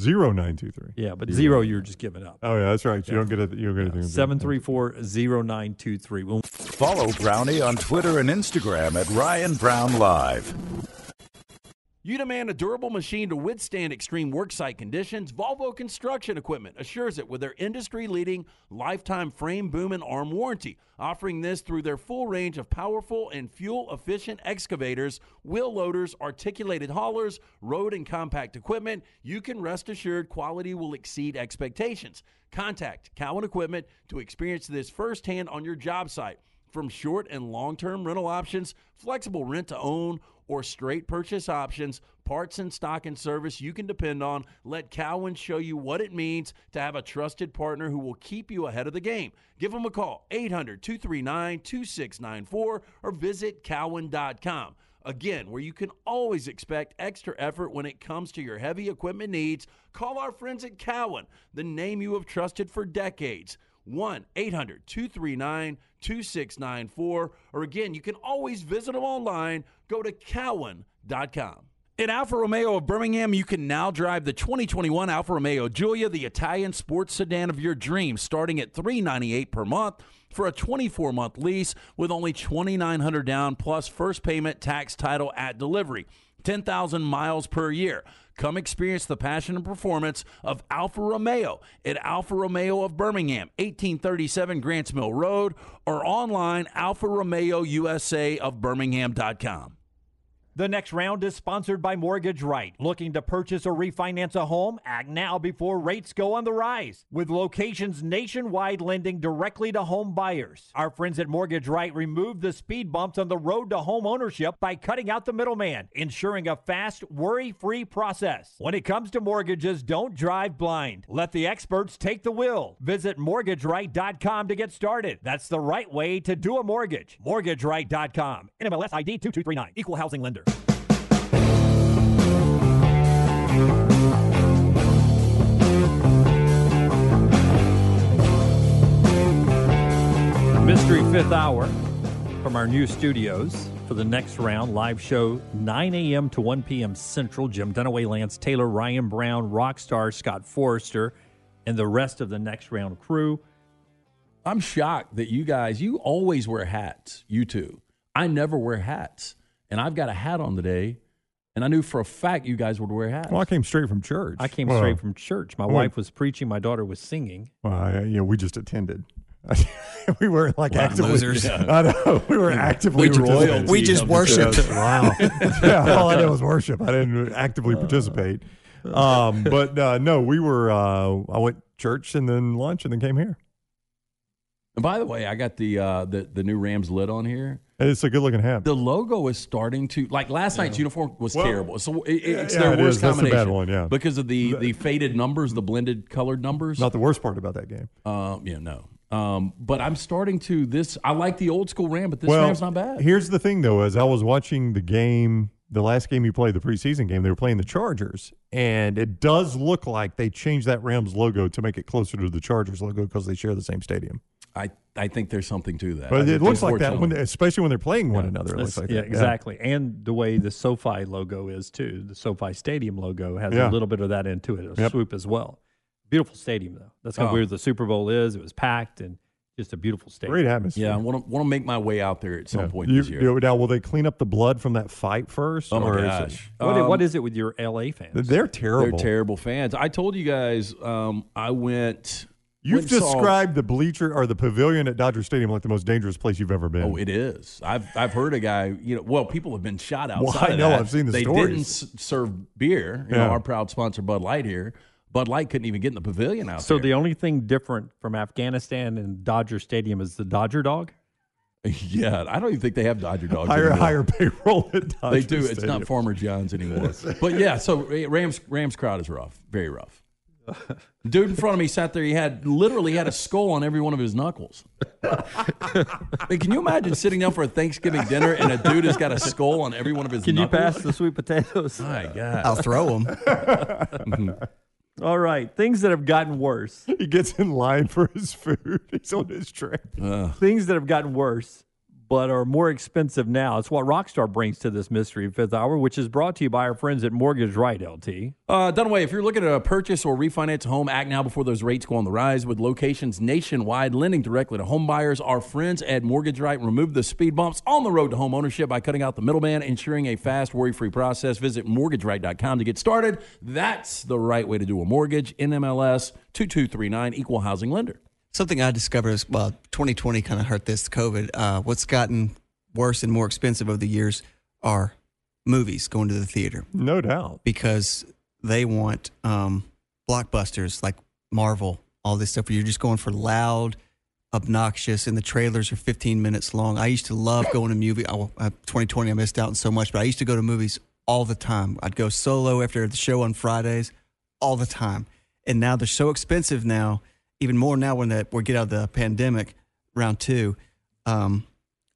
C: Zero nine two three.
A: Yeah, but zero, you're just giving up.
C: Oh yeah, that's right. You don't get it. You don't get anything.
A: 734 0923. When
E: Follow Brownie on Twitter and Instagram at Ryan Brown Live.
B: You demand a durable machine to withstand extreme worksite conditions. Volvo Construction Equipment assures it with their industry leading lifetime frame, boom, and arm warranty. Offering this through their full range of powerful and fuel efficient excavators, wheel loaders, articulated haulers, road and compact equipment, you can rest assured quality will exceed expectations. Contact Cowan Equipment to experience this firsthand on your job site. From short and long term rental options, flexible rent to own, or straight purchase options, parts and stock and service you can depend on, let Cowan show you what it means to have a trusted partner who will keep you ahead of the game. Give them a call, 800 239 2694, or visit cowan.com. Again, where you can always expect extra effort when it comes to your heavy equipment needs, call our friends at Cowan, the name you have trusted for decades. 1 800 239 2694. Or again, you can always visit them online. Go to cowan.com. At Alfa Romeo of Birmingham, you can now drive the 2021 Alfa Romeo Giulia, the Italian sports sedan of your dreams, starting at $398 per month for a 24 month lease with only $2,900 down plus first payment, tax, title at delivery. 10,000 miles per year. Come experience the passion and performance of Alfa Romeo at Alfa Romeo of Birmingham, 1837 Grants Mill Road, or online Alfa Romeo USA of Birmingham.com.
A: The next round is sponsored by Mortgage Right. Looking to purchase or refinance a home? Act now before rates go on the rise. With locations nationwide lending directly to home buyers. Our friends at Mortgage Right removed the speed bumps on the road to home ownership by cutting out the middleman, ensuring a fast, worry free process. When it comes to mortgages, don't drive blind. Let the experts take the will. Visit mortgageright.com to get started. That's the right way to do a mortgage. Mortgageright.com. NMLS ID 2239. Equal housing lender. Mystery Fifth Hour from our new studios for the next round. Live show 9 a.m. to 1 p.m. Central. Jim Dunaway, Lance Taylor, Ryan Brown, Rockstar, Scott Forrester, and the rest of the next round crew.
B: I'm shocked that you guys, you always wear hats, you two. I never wear hats. And I've got a hat on today. And I knew for a fact you guys would wear hats.
C: Well, I came straight from church.
A: I came
C: Well,
A: straight from church. My
C: well-
A: wife was preaching, my daughter was singing.
C: Well, I, you know, we just attended. we were like
D: Wow,
C: actively.
D: losers.
C: I know. We were actively.
B: just-
C: participating.
D: We just worshipped.
C: wow. yeah, all I did was worship. I didn't actively participate. Um, but uh, no, we were. Uh, I went church and then lunch and then came here.
B: And by the way, I got the, uh, the, the new Rams lid on here.
C: And it's a good looking hat.
B: The logo is starting to like last night's uniform was
C: Well,
B: terrible. So it, it's
C: yeah,
B: their
C: it
B: worst
C: is. That's a bad
B: combination.
C: one, yeah.
B: Because of the the faded numbers, the blended colored numbers.
C: Not the worst part about that game.
B: Um, yeah, no. Um, but I'm starting to this. I like the old school Ram, but this Ram's not bad.
C: Here's the thing, though, as I was watching the game, the last game you played, the preseason game, they were playing the Chargers, and it does look like they changed that Rams logo to make it closer to the Chargers logo because they share the same stadium.
B: I I think there's something to that.
C: But it looks like that when,
B: Unfortunately.
C: especially when they're playing one another. It looks like
A: yeah,
C: that.
A: exactly. And the way the SoFi logo is too. The SoFi Stadium logo has
C: Yeah.
A: a little bit of that into it. A
C: Yep.
A: swoop as well. Beautiful stadium though. That's kind of
B: Oh.
A: where the Super Bowl is. It was packed and just a beautiful stadium.
C: Great atmosphere.
B: Yeah, I want to want to make my way out there at some
C: Yeah.
B: point
C: You-
B: this year.
C: you- now, will they clean up the blood from that fight first?
B: oh
C: or
B: my
C: is it-
B: gosh,
A: What,
B: Um,
A: what is it with your LA fans?
C: They're terrible.
B: They're terrible fans. I told you guys. Um, I went.
C: You've
B: went and saw-
C: described the bleacher or the pavilion at Dodger Stadium like the most dangerous place you've ever been.
B: Oh, it is. I've I've heard a guy. You know, well, people have been shot outside.
C: Well, I
B: of
C: know.
B: that.
C: I've seen the
B: They
C: stories.
B: didn't s- serve beer. You
C: Yeah.
B: know, our proud sponsor Bud Light here, Bud Light couldn't even get in the pavilion out
A: So the
B: there.
A: only thing different from Afghanistan and Dodger Stadium is the Dodger dog.
B: So yeah, I don't even think they have Dodger dogs.
C: higher,
B: anymore.
C: higher payroll at Dodger
B: They do. It's
C: Stadium.
B: not Farmer John's anymore. but yeah, so Ra- Rams Rams crowd is rough, very rough. Dude in front of me sat there. He had literally had a skull on every one of his knuckles. I mean, can you imagine sitting down for a Thanksgiving dinner and a dude has got a skull on every one of his?
A: Can you
B: knuckles?
A: pass the sweet potatoes?
B: My God.
D: I'll throw them.
A: All right, things that have gotten worse.
C: He gets in line for his food. He's on his train.
D: Uh-huh.
A: things that have gotten worse but are more expensive now. It's what Rockstar brings to this mystery fifth hour, which is brought to you by our friends at Mortgage Right LT.
B: Uh, Dunaway, if you're looking to purchase or refinance a home, act now before those rates go on the rise. With locations nationwide, lending directly to home buyers, our friends at Mortgage Right remove the speed bumps on the road to home ownership by cutting out the middleman, ensuring a fast, worry-free process. Visit MortgageRight.com to get started. That's the right way to do a mortgage. NMLS 2239, Equal Housing Lender.
D: Something I discovered is well, 2020 kind of hurt this COVID. Uh, what's gotten worse and more expensive over the years are movies going to the theater
C: No doubt.
D: because they want um, blockbusters like Marvel, all this stuff. Where you're just going for loud, obnoxious, and the trailers are 15 minutes long. I used to love going to movie. I, uh, 2020, I missed out on so much, but I used to go to movies all the time. I'd go solo after the show on Fridays, all the time. And now they're so expensive now, even more now when that we get out of the pandemic, round two. Um,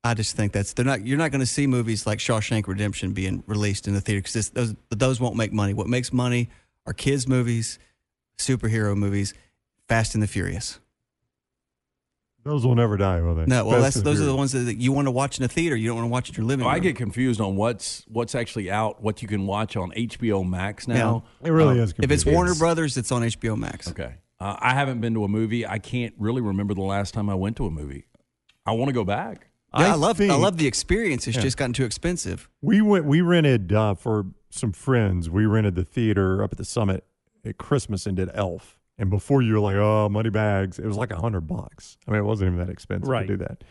D: I just think that's they're not. You're not going to see movies like Shawshank Redemption being released in the theater because those those won't make money. What makes money are kids movies, superhero movies, Fast and the Furious.
C: Those will never die, will they?
D: No, well,
C: Fast
D: that's
C: and
D: those are the
C: Furious.
D: ones that, that you want to watch in a theater. You don't want to watch in your living
B: Oh, I
D: room.
B: get confused on what's what's actually out, what you can watch on HBO Max now.
C: It really is.
D: Uh, if it's
C: confusing.
D: Warner Brothers, it's on HBO Max.
B: Okay. Uh, I haven't been to a movie. I can't really remember the last time I went to a movie. I want to go back.
D: Yeah, I,
C: I
D: love I
C: think-
D: love the experience. It's just gotten too expensive.
C: We went. We rented uh, for some friends. We rented the theater up at the summit at Christmas and did Elf. And before you were like, oh, money bags. It was like a hundred bucks. I mean, it wasn't even that expensive
A: Right.
C: to do that.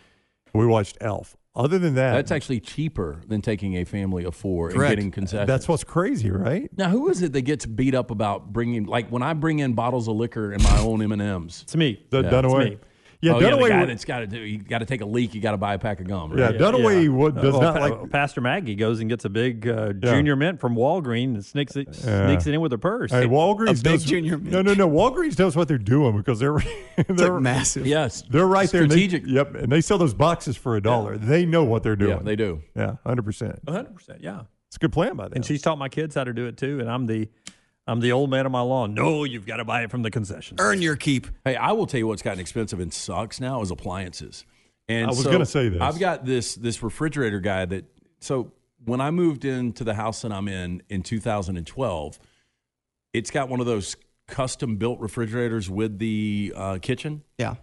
C: We watched Elf. Other than that,
B: That's actually cheaper than taking a family of four
D: Correct.
B: and getting concessions.
C: that's what's crazy, right?
B: now, who is it that gets beat up about bringing? Like when I bring in bottles of liquor and my own M and M's.
A: It's me.
C: The
A: me.
C: Dunaway. Yeah,
B: oh, yeah, the
C: Dunaway.
B: guy
C: would-
B: that's got to do. You got to take a leak. You got to buy a pack of gum.
C: yeah,
B: Right?
C: Dunaway would, does
D: Oh,
A: Well,
C: not
A: Oh, Pa-
C: like.
A: Pastor Maggie goes and gets a big uh, junior mint from Walgreens and sneaks it, sneaks it in with her purse.
C: Hey, Walgreens
D: big
C: does,
D: junior
C: No, no, no. Walgreens knows what they're doing because they're
D: It's
C: they're,
D: like massive.
B: Yes,
C: they're right there. and they-
B: Strategic.
C: yep, and they sell those boxes for a dollar. They know what they're doing.
B: yeah, they do.
C: Yeah, hundred percent.
A: 100%. Yeah.
C: It's a good plan by them.
A: And she's taught my kids how to do it too. And I'm the I'm the old man on my lawn. No, you've got to buy it from the concession.
D: Earn your keep.
B: Hey, I will tell you what's gotten expensive and sucks now is appliances. And
C: I was
B: so
C: gonna say this.
B: I've got this this refrigerator guy that so when I moved into the house that I'm in in 2012, it's got one of those custom built refrigerators with the uh, kitchen,
D: Yeah.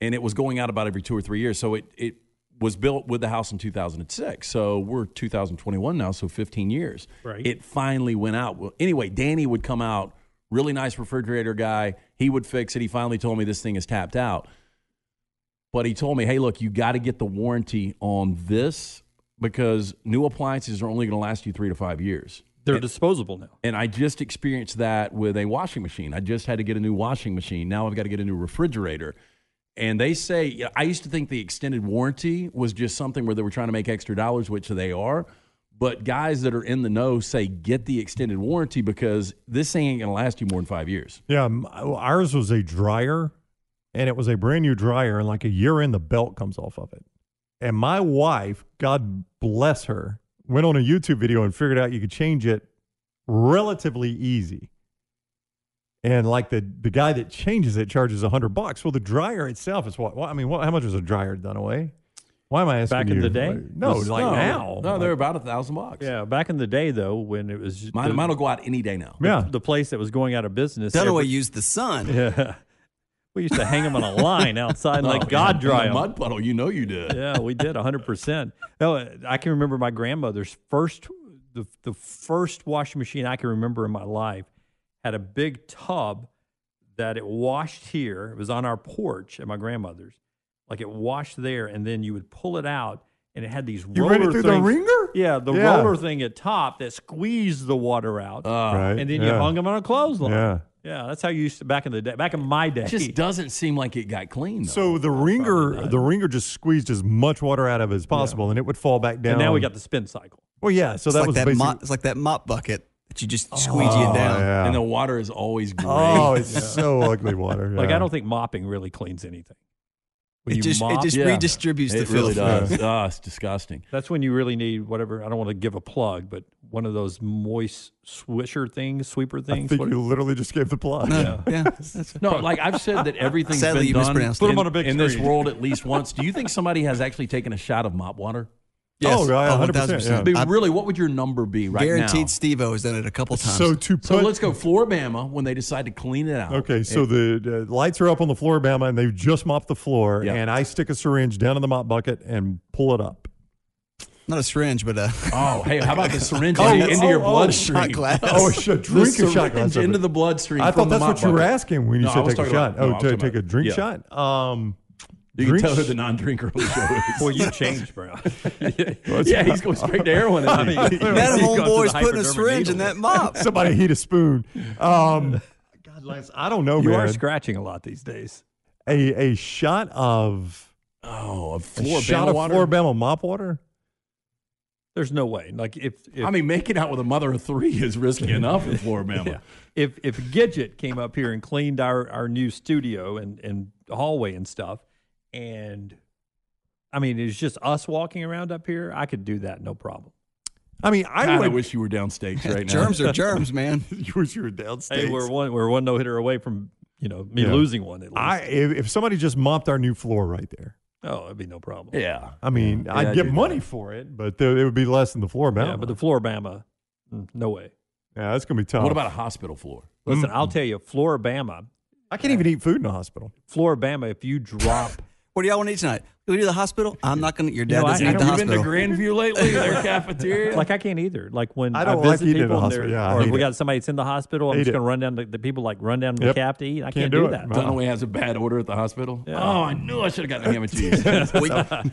B: and it was going out about every two or three years. So it it was built with the house in 2006. So we're 2021 now, so 15 years.
A: Right.
B: It finally went out. Well, anyway, Danny would come out, really nice refrigerator guy. He would fix it. He finally told me this thing is tapped out. But he told me, "Hey, look, you got to get the warranty on this because new appliances are only going to last you 3 to 5 years."
A: They're disposable now.
B: And I just experienced that with a washing machine. I just had to get a new washing machine. Now I've got to get a new refrigerator. And they say, you know, I used to think the extended warranty was just something where they were trying to make extra dollars, which they are. But guys that are in the know say, get the extended warranty because this thing ain't going to last you more than five years.
C: yeah, m- well, ours was a dryer, and it was a brand new dryer, and like a year in, the belt comes off of it. And my wife, God bless her, went on a YouTube video and figured out you could change it relatively easy. And like the the guy that changes it charges a hundred bucks. Well, the dryer itself is what? Well, I mean, what, how much was a dryer done away? Why am I asking
A: Back in
C: you?
A: the day?
C: No, like
B: no,
C: now.
B: No, they're about a thousand bucks.
A: Yeah, back in the day though, when it was
B: Mine,
A: the,
B: mine will go out any day now.
C: yeah.
A: the place that was going out of business.
D: Dunaway
A: every-
D: used the sun.
A: Yeah. We used to hang them on a line outside and
B: Oh,
A: let God
B: yeah.
A: dry
B: In a
A: 'em.
B: mud puddle. You know you did.
A: Yeah, we did 100%. No, Oh, I can remember my grandmother's first the the first washing machine I can remember in my life had a big tub that it washed here. It was on our porch at my grandmother's. Like it washed there and then you would pull it out and it had these
C: You
A: roller
C: ran it through the
A: things-
C: ringer?
A: Yeah, the
C: Yeah.
A: roller thing at top that squeezed the water out.
B: Uh,
C: Right,
A: and then you
C: yeah.
A: hung them on a clothesline.
C: Yeah.
A: Yeah, that's how you used to back in the day. Back in my day.
B: Just doesn't seem like it got clean. Though.
C: So the ringer, the ringer just squeezed as much water out of it as possible, and it would fall back down.
A: and now we got the spin cycle.
C: well, yeah. So
D: It's
C: that
D: like
C: was
D: that
C: basically.
D: mop, it's like that mop bucket that you just squeegee it down.
C: yeah.
B: and the water is always gray.
C: oh, it's so ugly water.
A: Like
C: yeah.
A: I don't think mopping really cleans anything. When
D: It
A: you
D: just
A: mop,
D: it just
B: Yeah.
D: redistributes the
B: it really
D: filth.
B: does. Ah, it's disgusting.
A: that's when you really need whatever. I don't want to give a plug, but one of those moist swisher things, sweeper
C: I
A: things.
C: think
A: What-
C: you literally just gave the plug.
D: No, yeah. that's-
B: No, like I've said that everything's
D: Sadly,
B: been
D: you
B: done in,
D: mispronounced it. Put
C: 'em on a big
B: in this
C: screen.
B: world at least once. Do you think somebody has actually taken a shot of mop water?
D: Yes.
C: Oh, yeah,
D: 1,000%.
C: 100%, yeah.
B: I mean,
D: I
B: really, what would your number be right
D: guaranteed
B: now?
D: Steve O has done it a couple times.
C: So to put
B: So let's go Floribama when they decide to clean it out.
C: Okay, so the uh, lights are up on the floor, Bama, and they've just mopped the floor.
B: Yeah.
C: And I stick a syringe down in the mop bucket and pull it up.
D: Not a syringe, but uh, a
B: Oh, hey, how about the syringe
C: Oh,
B: into, into
C: oh,
B: your
C: oh,
B: bloodstream?
D: shot glass.
C: Oh, a sh- drink a
B: the
C: shot glass
B: syringe
C: of
B: into
C: it.
B: the bloodstream.
C: I
B: from
C: thought
B: the
C: that's what
B: mop
C: you were
B: bucket.
C: asking when you
B: No, I
C: said
B: was
C: take a
B: talking about-
C: shot.
B: no, I was
C: oh, to
B: talking
C: take a
B: about-
C: drink
B: yeah.
C: shot. Um,
B: You can
C: drink
B: tell who
C: sh-
B: the non-drinker on the show
A: Boy, you changed, bro.
B: is. yeah, he's going straight to heroin. isn't he?
D: that
A: He's gone to the
D: homeboy's putting a
A: hypodermic
D: syringe in
A: needle.
D: that mop.
C: somebody heat a spoon. Um, God, Lance, I don't know,
A: You
C: Oh, man.
A: are scratching a lot these days.
C: a a shot of
B: oh, a
C: a
B: floor
C: shot of
B: water.
C: Floribama mop water.
A: There's no way. Like if, if
B: I mean, making out with a mother of three is risky enough in Floribama.
A: Yeah. If if Gidget came up here and cleaned our, our new studio and, and hallway and stuff, and I mean it's just us walking around up here, I could do that no problem.
C: I mean,
B: I
C: I would.
B: wish you were downstage right now.
D: Germs are germs, man.
C: you wish you were downstage.
A: Hey, we're one we're one no hitter away from you know me
C: Yeah.
A: losing one at least.
C: I if, if somebody just mopped our new floor right there.
A: oh, it'd be no problem.
B: Yeah.
C: I mean,
B: Yeah,
C: I'd
B: I'd
C: get
B: do
C: money for it, but th- it would be less than the floor
A: Yeah,
C: amount.
A: but the floor Bama, mm, no way.
C: yeah, that's gonna be tough.
B: What about a hospital floor?
A: Listen, I'll tell you, Floribama,
C: I can't even eat food in the hospital.
A: Floribama, if you drop
D: What do y'all want to eat tonight? Go to the hospital. I'm not going to. Your dad
A: know, I-
D: doesn't
A: I
D: eat at the
A: don't
B: Been to
D: hospital.
B: Grandview lately, their cafeteria.
A: like I can't either. Like when
C: I
A: I,
C: don't like
A: visit
C: eating in
A: people
C: the
A: and they're-
C: hospital. Yeah, I
A: or
C: hate
A: we
C: it.
A: got somebody that's in the hospital, I'm
C: Hate
A: just
C: it.
A: gonna run down to the people like run down to
C: Yep.
A: the cab to eat. I can't,
C: do
A: do,
C: it.
A: that.
C: No.
B: Dunaway has a bad order at the hospital.
A: Yeah.
B: Oh, I knew I should have gotten a ham and cheese.
D: We,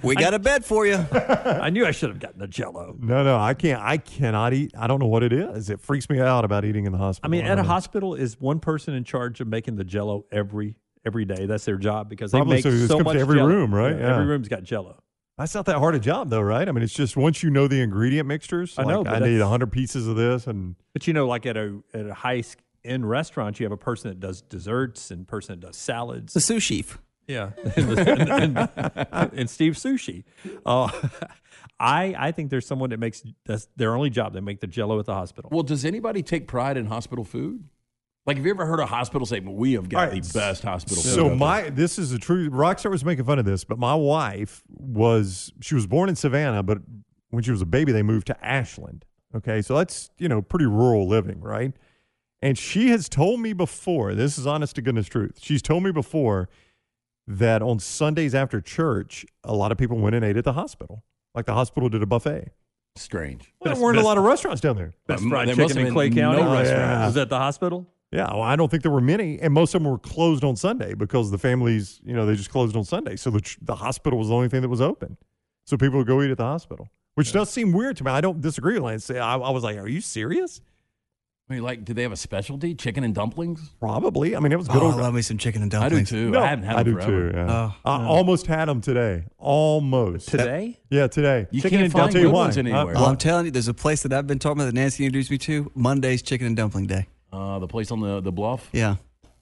D: we got a bed for you.
A: I knew I should have gotten the jello.
C: No, no, I can't. I cannot eat. I don't know what it is. It freaks me out about eating in the
A: I
C: hospital.
A: mean, at
C: don't
A: a
C: know.
A: hospital is one person in charge of making the jello every every day. That's their job because they
C: Probably
A: make
C: so
A: so,
C: this comes to
A: much
C: every
A: Jell-O.
C: room, right? Yeah.
A: Every room's got jello.
C: that's not that hard a job though, right? I mean, it's just once you know the ingredient mixtures.
A: I know,
C: like,
A: but
C: I need
A: that's-
C: hundred pieces of this, and
A: But you know, like at a at a high end restaurant, you have a person that does desserts and person that does salads.
D: It's a sous chef.
A: Yeah, and, and- and- and Steve Sushi. Uh, I I think there's someone that makes that's their only job. They make the Jello at the hospital.
B: well, does anybody take pride in hospital food? Like, have you ever heard a hospital say, "We have
C: All
B: got
C: right,
B: the best hospital food"? out
C: So
B: there."
C: my this is a true Rockstar was making fun of this, but my wife was she was born in Savannah, but when she was a baby they moved to Ashland. Okay, so that's you know pretty rural living, right? And she has told me before, this is honest to goodness truth. She's told me before that on Sundays after church, a lot of people went and ate at the hospital. Like the hospital did a buffet.
B: strange.
C: There
A: Best-
C: weren't a
A: best-
C: lot of restaurants down there.
A: Best
B: But
A: fried
B: there must
A: chicken
B: have
A: in Clay
B: been
A: County.
B: no
C: Oh,
B: restaurant.
C: yeah.
A: Was at the hospital.
C: Yeah, well, I don't think there were many, and most of them were closed on Sunday because the families, you know, they just closed on Sunday. So the tr- the hospital was the only thing that was open, so people would go eat at the hospital, which does seem weird to me. I don't disagree with Lance. I, I was like, "Are you serious?"
B: I mean, like, do they have a specialty? Chicken and dumplings?
C: Probably. I mean, it was good
D: Oh, I
C: old.
D: love me some chicken and
B: I do
D: dumplings.
B: too.
C: No,
B: I haven't had
C: I
B: them
C: do
B: forever.
C: too. Yeah.
D: Oh,
C: I almost had them today. Almost
A: Today,
C: Yeah, today.
B: You
A: Chicken
B: can't
A: and dumplings.
B: find
C: I'll tell
B: good
C: you why.
B: ones
C: Uh,
B: anywhere.
D: Oh, I'm telling you, there's a place that I've been talking about that Nancy introduced me to. Monday's chicken and dumpling day.
B: Uh, the place on the, the bluff.
D: Yeah,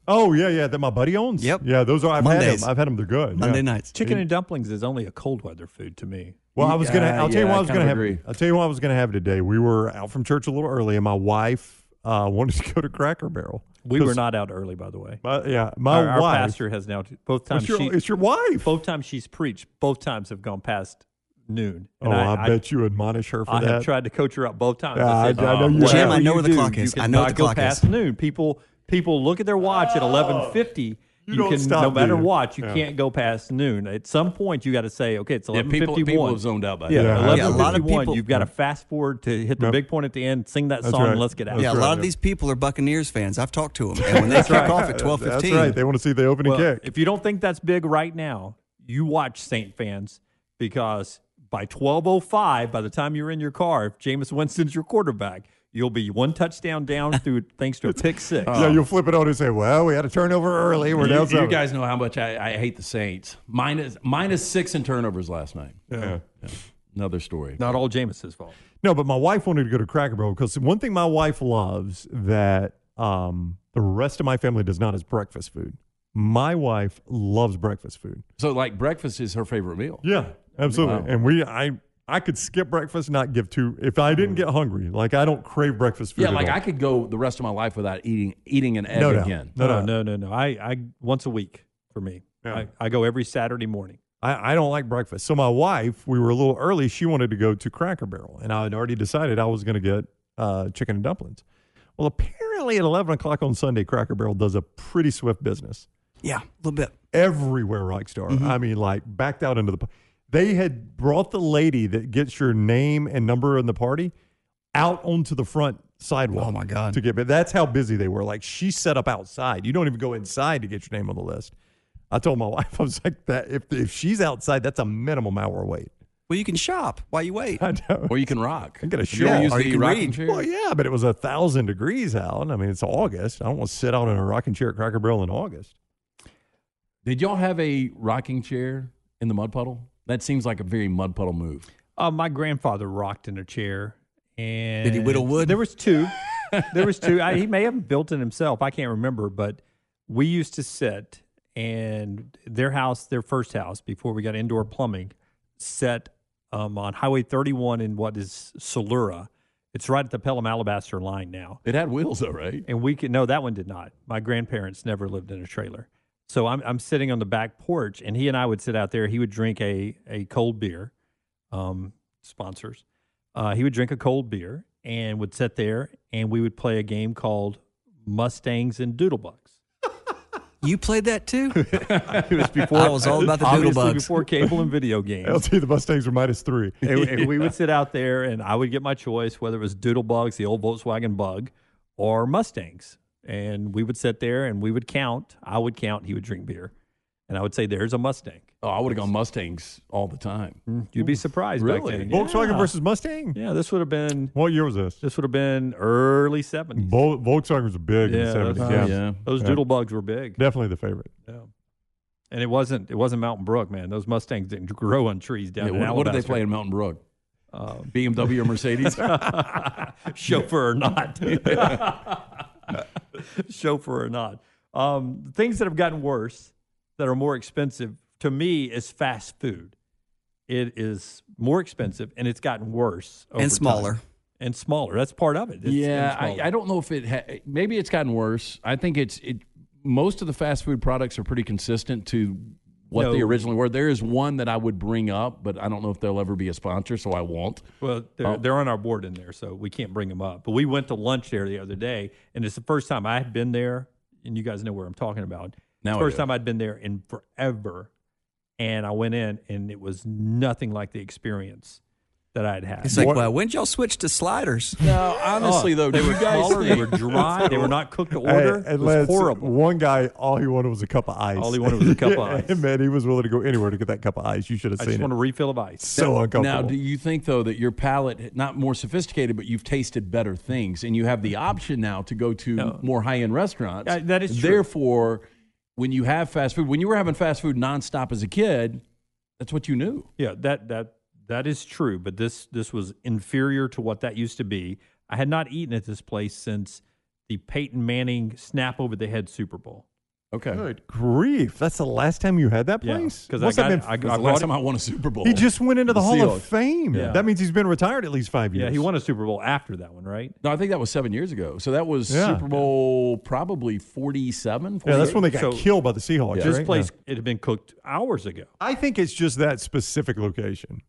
C: Oh yeah, yeah. That my buddy owns.
D: Yep.
C: Yeah, those are. I've had
D: Mondays.
C: them. I've had them. They're good.
D: Monday
C: yeah.
D: nights.
A: chicken and dumplings is only a cold weather food to me.
C: Well, I was gonna.
B: Yeah,
C: I'll tell
B: yeah,
C: you what
B: I
C: I was
B: kind
C: gonna
B: of
C: have.
B: agree.
C: I'll tell you what I was gonna have today. We were out from church a little early, and my wife uh, wanted to go to Cracker Barrel.
A: We were
C: 'Cause
A: not out early, by the way.
C: My, yeah, my
A: Our, our
C: wife.
A: pastor has now both times
C: it's, your,
A: she
C: it's your wife.
A: both times she's preached. Both times have gone past noon.
C: oh, I, bet you admonish her for
A: I
C: that.
A: have tried to coach her up both times.
C: Yeah,
A: I, said,
C: I- I know you
A: whatever
C: have. Jim, I
D: know where the
A: do,
D: clock
A: you
D: is. I
A: cannot
D: know what the
A: go
D: clock is.
A: past noon. People people look at their watch at eleven fifty. You,
C: don't
A: can
C: stop,
A: no matter
C: do Oh. you?
A: what, you
C: Yeah.
A: can't go past noon. At some point, you got to say, okay, it's
B: Yeah,
A: eleven
B: people, people have
A: fifty-one.
B: zoned out by
A: Yeah,
B: that.
C: Yeah,
A: eleven
D: yeah, a lot of
A: fifty-one.
D: people-
A: You've got to fast forward to hit the
C: Yep.
A: big point at the end, sing that
C: That's
A: song,
C: right.
A: and let's get out.
C: That's
D: yeah, a
C: right,
D: lot
C: yeah.
D: of these people are Buccaneers fans. I've talked to them, and when they kick off at twelve
C: That's
D: fifteen,
C: right. They want to see the opening
A: Well,
C: kick.
A: if you don't think that's big right now, you watch Saint fans because by twelve oh five, by the time you're in your car, if Jameis Winston's your quarterback, You'll be one touchdown down through thanks to a pick six.
C: yeah, you'll flip it on and say, "Well, we had a turnover early. We're
B: You,
C: down
B: you
C: seven."
B: guys know how much I, I hate the Saints. Minus minus six in turnovers last night. Yeah. Another story.
A: Not all Jameis's fault.
C: No, but my wife wanted to go to Cracker Barrel because one thing my wife loves that um, the rest of my family does not is breakfast food. My wife loves breakfast food.
B: So like breakfast is her favorite meal.
C: Yeah, absolutely. And we, I, I could skip breakfast, not give two if I didn't get hungry. Like I don't crave breakfast food.
B: Yeah,
C: at
B: like
C: all.
B: I could go the rest of my life without eating eating an egg
C: no, no,
B: again.
C: no, no,
A: no, no, no, no. I, I once a week for me.
C: Yeah.
A: I, I go every Saturday morning.
C: I, I don't like breakfast. So my wife, we were a little early. She wanted to go to Cracker Barrel, and I had already decided I was going to get uh, chicken and dumplings. Well, apparently at eleven o'clock on Sunday, Cracker Barrel does a pretty swift business
D: Yeah, a little bit.
C: everywhere. Rockstar,
B: Mm-hmm.
C: I mean, like backed out into the. They had brought the lady that gets your name and number in the party out onto the front sidewalk.
D: Oh, my God.
C: To get, but that's how busy they were. Like she set up outside. You don't even go inside to get your name on the list. I told my wife, I was like, that if if she's outside, that's a minimum hour wait.
D: Well, you can shop while you wait.
C: I know.
B: Or you can rock.
C: I get a
B: Have you ever
C: shawl.
B: used
D: Or
B: the
D: you can
B: rocking
D: read.
B: chair?
C: Well, yeah, but it was a thousand degrees out. I mean, it's August. I don't want to sit out in a rocking chair at Cracker Barrel in August.
B: Did y'all have a rocking chair in the mud puddle? That seems like a very mud puddle move.
A: Uh, my grandfather rocked in a chair, and
D: Did he whittle wood?
A: There was two. there was two. I, he may have built it himself. I can't remember, but we used to sit, and their house, their first house before we got indoor plumbing, set um, on Highway 31 in what is Solura. It's right at the Pelham Alabaster line now.
B: It had wheels though, right?
A: And we could no, that one did not. My grandparents never lived in a trailer. So I'm I'm sitting on the back porch and he and I would sit out there. He would drink a a cold beer, um, sponsors. Uh, he would drink a cold beer and would sit there and we would play a game called Mustangs and Doodlebugs.
D: You played that too?
A: It was before
D: I was all about the
A: obviously
D: doodlebugs.
A: before cable and video games.
C: LT, the Mustangs were minus three.
A: and, and we would sit out there and I would get my choice whether it was Doodlebugs, the old Volkswagen Bug, or Mustangs. And we would sit there and we would count. I would count. He would drink beer, and I would say, "There's a Mustang."
B: Oh, I would have gone Mustangs all the time.
A: You'd be surprised.
B: Hmm. Really?
A: Back then.
C: Volkswagen
A: yeah.
C: versus Mustang.
A: Yeah, this would have been
C: What year was this?
A: this would have been early seventies.
C: Vol- Volkswagen was big
A: Yeah,
C: in the 70s.
A: those-
C: Yeah.
B: yeah.
A: Those
C: Yeah.
A: Doodlebugs were big,
C: Definitely the favorite.
A: and it wasn't it wasn't Mountain Brook, man. Those Mustangs didn't grow on trees down
B: Yeah,
A: in
B: what, what did they
A: Alabaster.
B: play in Mountain Brook? BMW or Mercedes?
A: chauffeur or not. chauffeur or not. Um, things that have gotten worse that are more expensive to me is fast food. It is more expensive and it's gotten worse over
D: and smaller.
A: time. and smaller. That's part of it. It's-
B: yeah,
A: and smaller.
B: I, I don't know if it. Ha- maybe it's gotten worse. I think it's it. Most of the fast food products are pretty consistent to what
A: No.
B: they originally were. There is one that I would bring up, but I don't know if they'll ever be a sponsor, so I won't.
A: Well, they're, they're on our board in there, so we can't bring them up. But we went to lunch there the other day, and it's the first time I had been there, and you guys know where I'm talking about. It's
B: Now
A: the
B: I
A: first
B: do.
A: time I'd been there in forever, and I went in, and it was nothing like the experience that I'd had.
D: It's like, well, when did y'all switch to sliders?
B: No, honestly though,
A: they
B: do
A: were
B: Oh. you guys
A: smaller, they
B: think-
A: were dry, they were not cooked to order.
C: Hey,
A: it
C: and
A: was
C: Lance,
A: horrible.
C: One guy, all he wanted was a cup of ice.
A: All he wanted was a cup of
C: Yeah,
A: ice.
C: Man, he was willing to go anywhere to get that cup of ice. You should have
A: I
C: seen
A: just
C: it.
A: want a refill of ice.
C: so
B: Now,
C: uncomfortable.
B: do you think though that your palate not more sophisticated, but you've tasted better things, and you have the option now to go to more high end restaurants?
A: Uh, that is true.
B: Therefore, when you have fast food, when you were having fast food nonstop as a kid, that's what you knew.
A: Yeah, that that that is true, but this this was inferior to what that used to be. I had not eaten at this place since the Peyton Manning snap over the head Super Bowl.
B: Okay,
C: Good grief. That's the last time you had that
A: Yeah,
C: place?
A: 'cause I
C: Must have
A: got-
C: been-
A: I- I
B: It was the
A: brought
B: last
A: it-
B: time I won a Super Bowl.
C: he just went into the,
B: The
C: Hall
B: Seahawks.
C: of Fame.
A: Yeah.
C: That means he's been retired at least five years.
A: Yeah, he won a Super Bowl after that one, right?
B: No, I think that was seven years ago. So that was
C: Yeah.
B: Super Bowl probably 47.
C: Yeah, that's when they got
A: So-
C: killed by the Seahawks.
A: this
C: right?
A: place
C: Yeah.
A: it had been cooked hours ago.
C: I think it's just that specific location.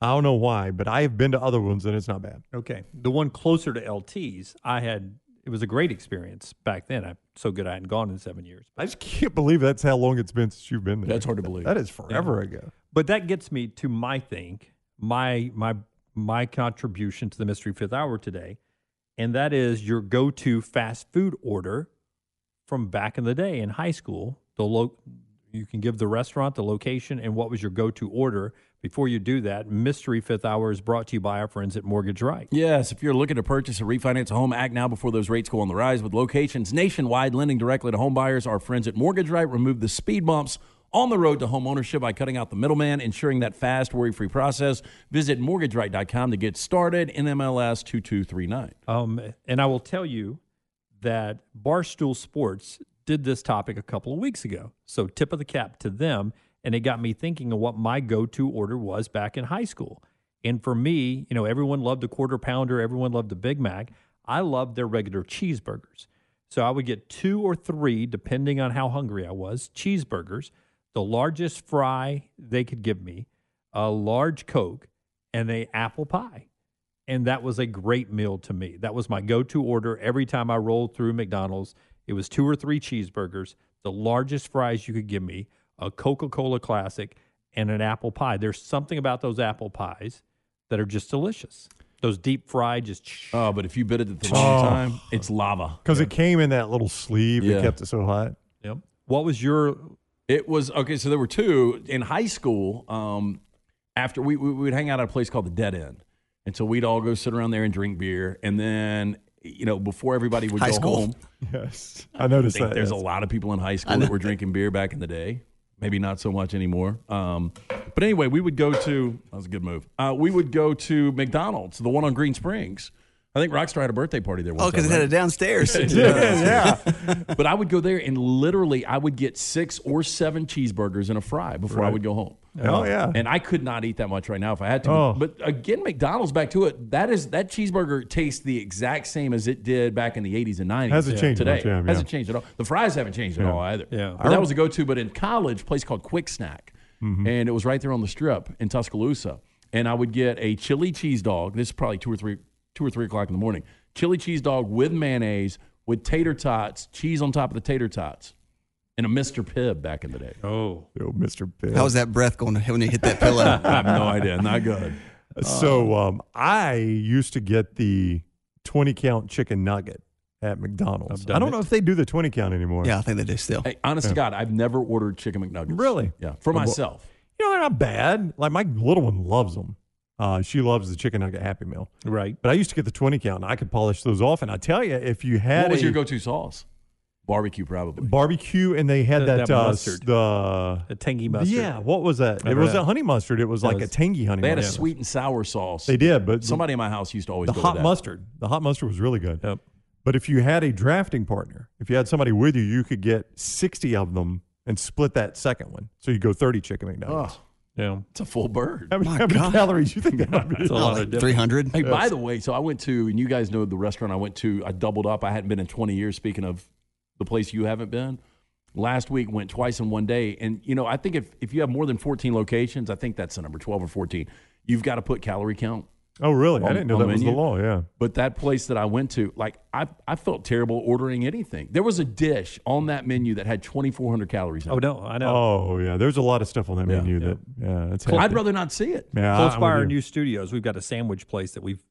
C: I don't know why, but I have been to other ones and it's not bad.
A: Okay. The one closer to LT's, I had it was a great experience back then. I'm so good I hadn't gone in seven years.
C: I just can't believe that's how long it's been since you've been there.
B: That's hard to believe.
C: That is forever ago.
A: But that gets me to my thing, my my my contribution to the mystery fifth hour today, and that is your go-to fast food order from back in the day in high school. The lo- you can give the restaurant, the location, and what was your go-to order. Before you do that, Mystery Fifth Hour is brought to you by our friends at Mortgage Right.
B: Yes, if you're looking to purchase or refinance a home, act now before those rates go on the rise. With locations nationwide, lending directly to home buyers, our friends at Mortgage Right remove the speed bumps on the road to home ownership by cutting out the middleman, ensuring that fast, worry-free process. Visit MortgageRight.com to get started. NMLS two two three nine.
A: Um, and I will tell you that Barstool Sports did this topic a couple of weeks ago. So tip of the cap to them. And it got me thinking of what my go to order was back in high school. And for me, you know, everyone loved a quarter pounder, everyone loved a Big Mac. I loved their regular cheeseburgers. So I would get two or three, depending on how hungry I was, cheeseburgers, the largest fry they could give me, a large Coke, and a apple pie and that was a great meal to me. That was my go-to order every time I rolled through McDonald's. It was two or three cheeseburgers, the largest fries you could give me, a Coca-Cola classic, and an apple pie. There's something about those apple pies that are just delicious. Those deep fried, just
B: Oh, but if you bit it at the wrong
C: Oh.
B: time, it's lava.
C: because it came in that little sleeve
B: Yeah.
C: that kept it so hot.
A: Yep. What was your
B: It was okay. So there were two in high school. Um, after we, we we would hang out at a place called the Dead End, and so we'd all go sit around there and drink beer, and then you know before everybody would
D: High
B: go
D: school.
B: home,
C: Yes, I noticed
B: think
C: that.
B: there's
C: yes.
B: a lot of people in high school that were drinking beer back in the day. Maybe not so much anymore. Um, but anyway, we would go to that was a good move. Uh, we would go to McDonald's, the one on Green Springs. I think Rockstar had a birthday party there. one
D: Oh, because
B: time,
D: it had
B: right?
D: it downstairs.
C: yeah, yeah.
B: but I would go there and literally I would get six or seven cheeseburgers and a fry before I would go home. Uh-huh.
C: Oh, yeah.
B: And I could not eat that much right now if I had to.
C: Oh.
B: But again, McDonald's back to it. That is that cheeseburger tastes the exact same as it did back in the 80s and 90s.
C: Hasn't changed
B: today.
C: much, yeah,
B: Hasn't
C: yeah.
B: changed at all. The fries haven't changed at all either.
A: Yeah.
B: But that was a go-to. But in college, a place called Quick Snack, and it was right there on the strip in Tuscaloosa. And I would get a chili cheese dog. This is probably two or three, two or three o'clock in the morning. Chili cheese dog with mayonnaise, with tater tots, cheese on top of the tater tots, and a Mr. Pibb back in the day.
A: oh
C: Yo, Mr. Bill.
D: How was that breath going when you hit that pillow?
B: I have no idea. Not good.
C: So um, I used to get the 20 count chicken nugget at McDonald's.
A: I've done
C: I don't
A: it.
C: know if they do the 20 count anymore.
D: yeah, I think they do still.
B: Hey, honest to God, I've never ordered chicken McNuggets.
C: Really?
B: Yeah, for
C: Well,
B: myself.
C: You know, they're not bad. Like my little one loves them. Uh, she loves the chicken nugget Happy Meal.
A: right.
C: But I used to get the 20 count and I could polish those off. And I tell you, if you had
B: What was
C: a
B: your go-to sauce? Barbecue, probably.
C: barbecue and they had
A: That-
C: that,
A: that
C: uh,
A: mustard.
C: the.
A: A tangy mustard.
C: Yeah, what was that? It
A: Remember
C: was
A: that?
C: a honey mustard. It was
A: That
C: like
A: was-
C: a tangy honey
B: They had a
C: mustard.
B: sweet and sour sauce.
C: They did, but the-
B: Somebody in my house used to always
C: the
B: go with
C: hot
B: that.
C: mustard. The hot mustard was really good.
A: Yep.
C: But if you had a drafting partner, if you had somebody with you, you could get sixty of them and split that second one. So you go thirty chicken McNuggets.
B: Oh,
A: Yeah.
B: it's a full bird.
C: how many,
D: My
C: how many
D: God.
C: calories you think that might be?
A: That's a
D: Oh,
A: lot of different.
D: 300.
B: Hey, by the way, so I went to, and you guys know the restaurant I went to. I doubled up. I hadn't been in 20 years. Speaking of the place you haven't been, last week went twice in one day. And, you know, I think if, if you have more than 14 locations, I think that's the number 12 or 14, you've got to put calorie count.
C: Oh, really? I
B: On-
C: didn't know
B: on
C: that
B: the
C: was the
B: menu?
C: law. Yeah.
B: But that place that I went to, like, I, I felt terrible ordering anything. There was a dish on that menu that had 2,400 calories in
A: Oh
B: it.
A: no, I know.
C: Oh, yeah. There's a lot of stuff on that
B: Yeah,
C: menu
B: yeah.
C: that. Yeah, that's.
B: I'd
C: hefty.
B: rather not see it.
C: Yeah,
A: Close
C: Uh, I'm
A: by
C: with
A: our
C: you.
A: new studios, we've got a sandwich place that we've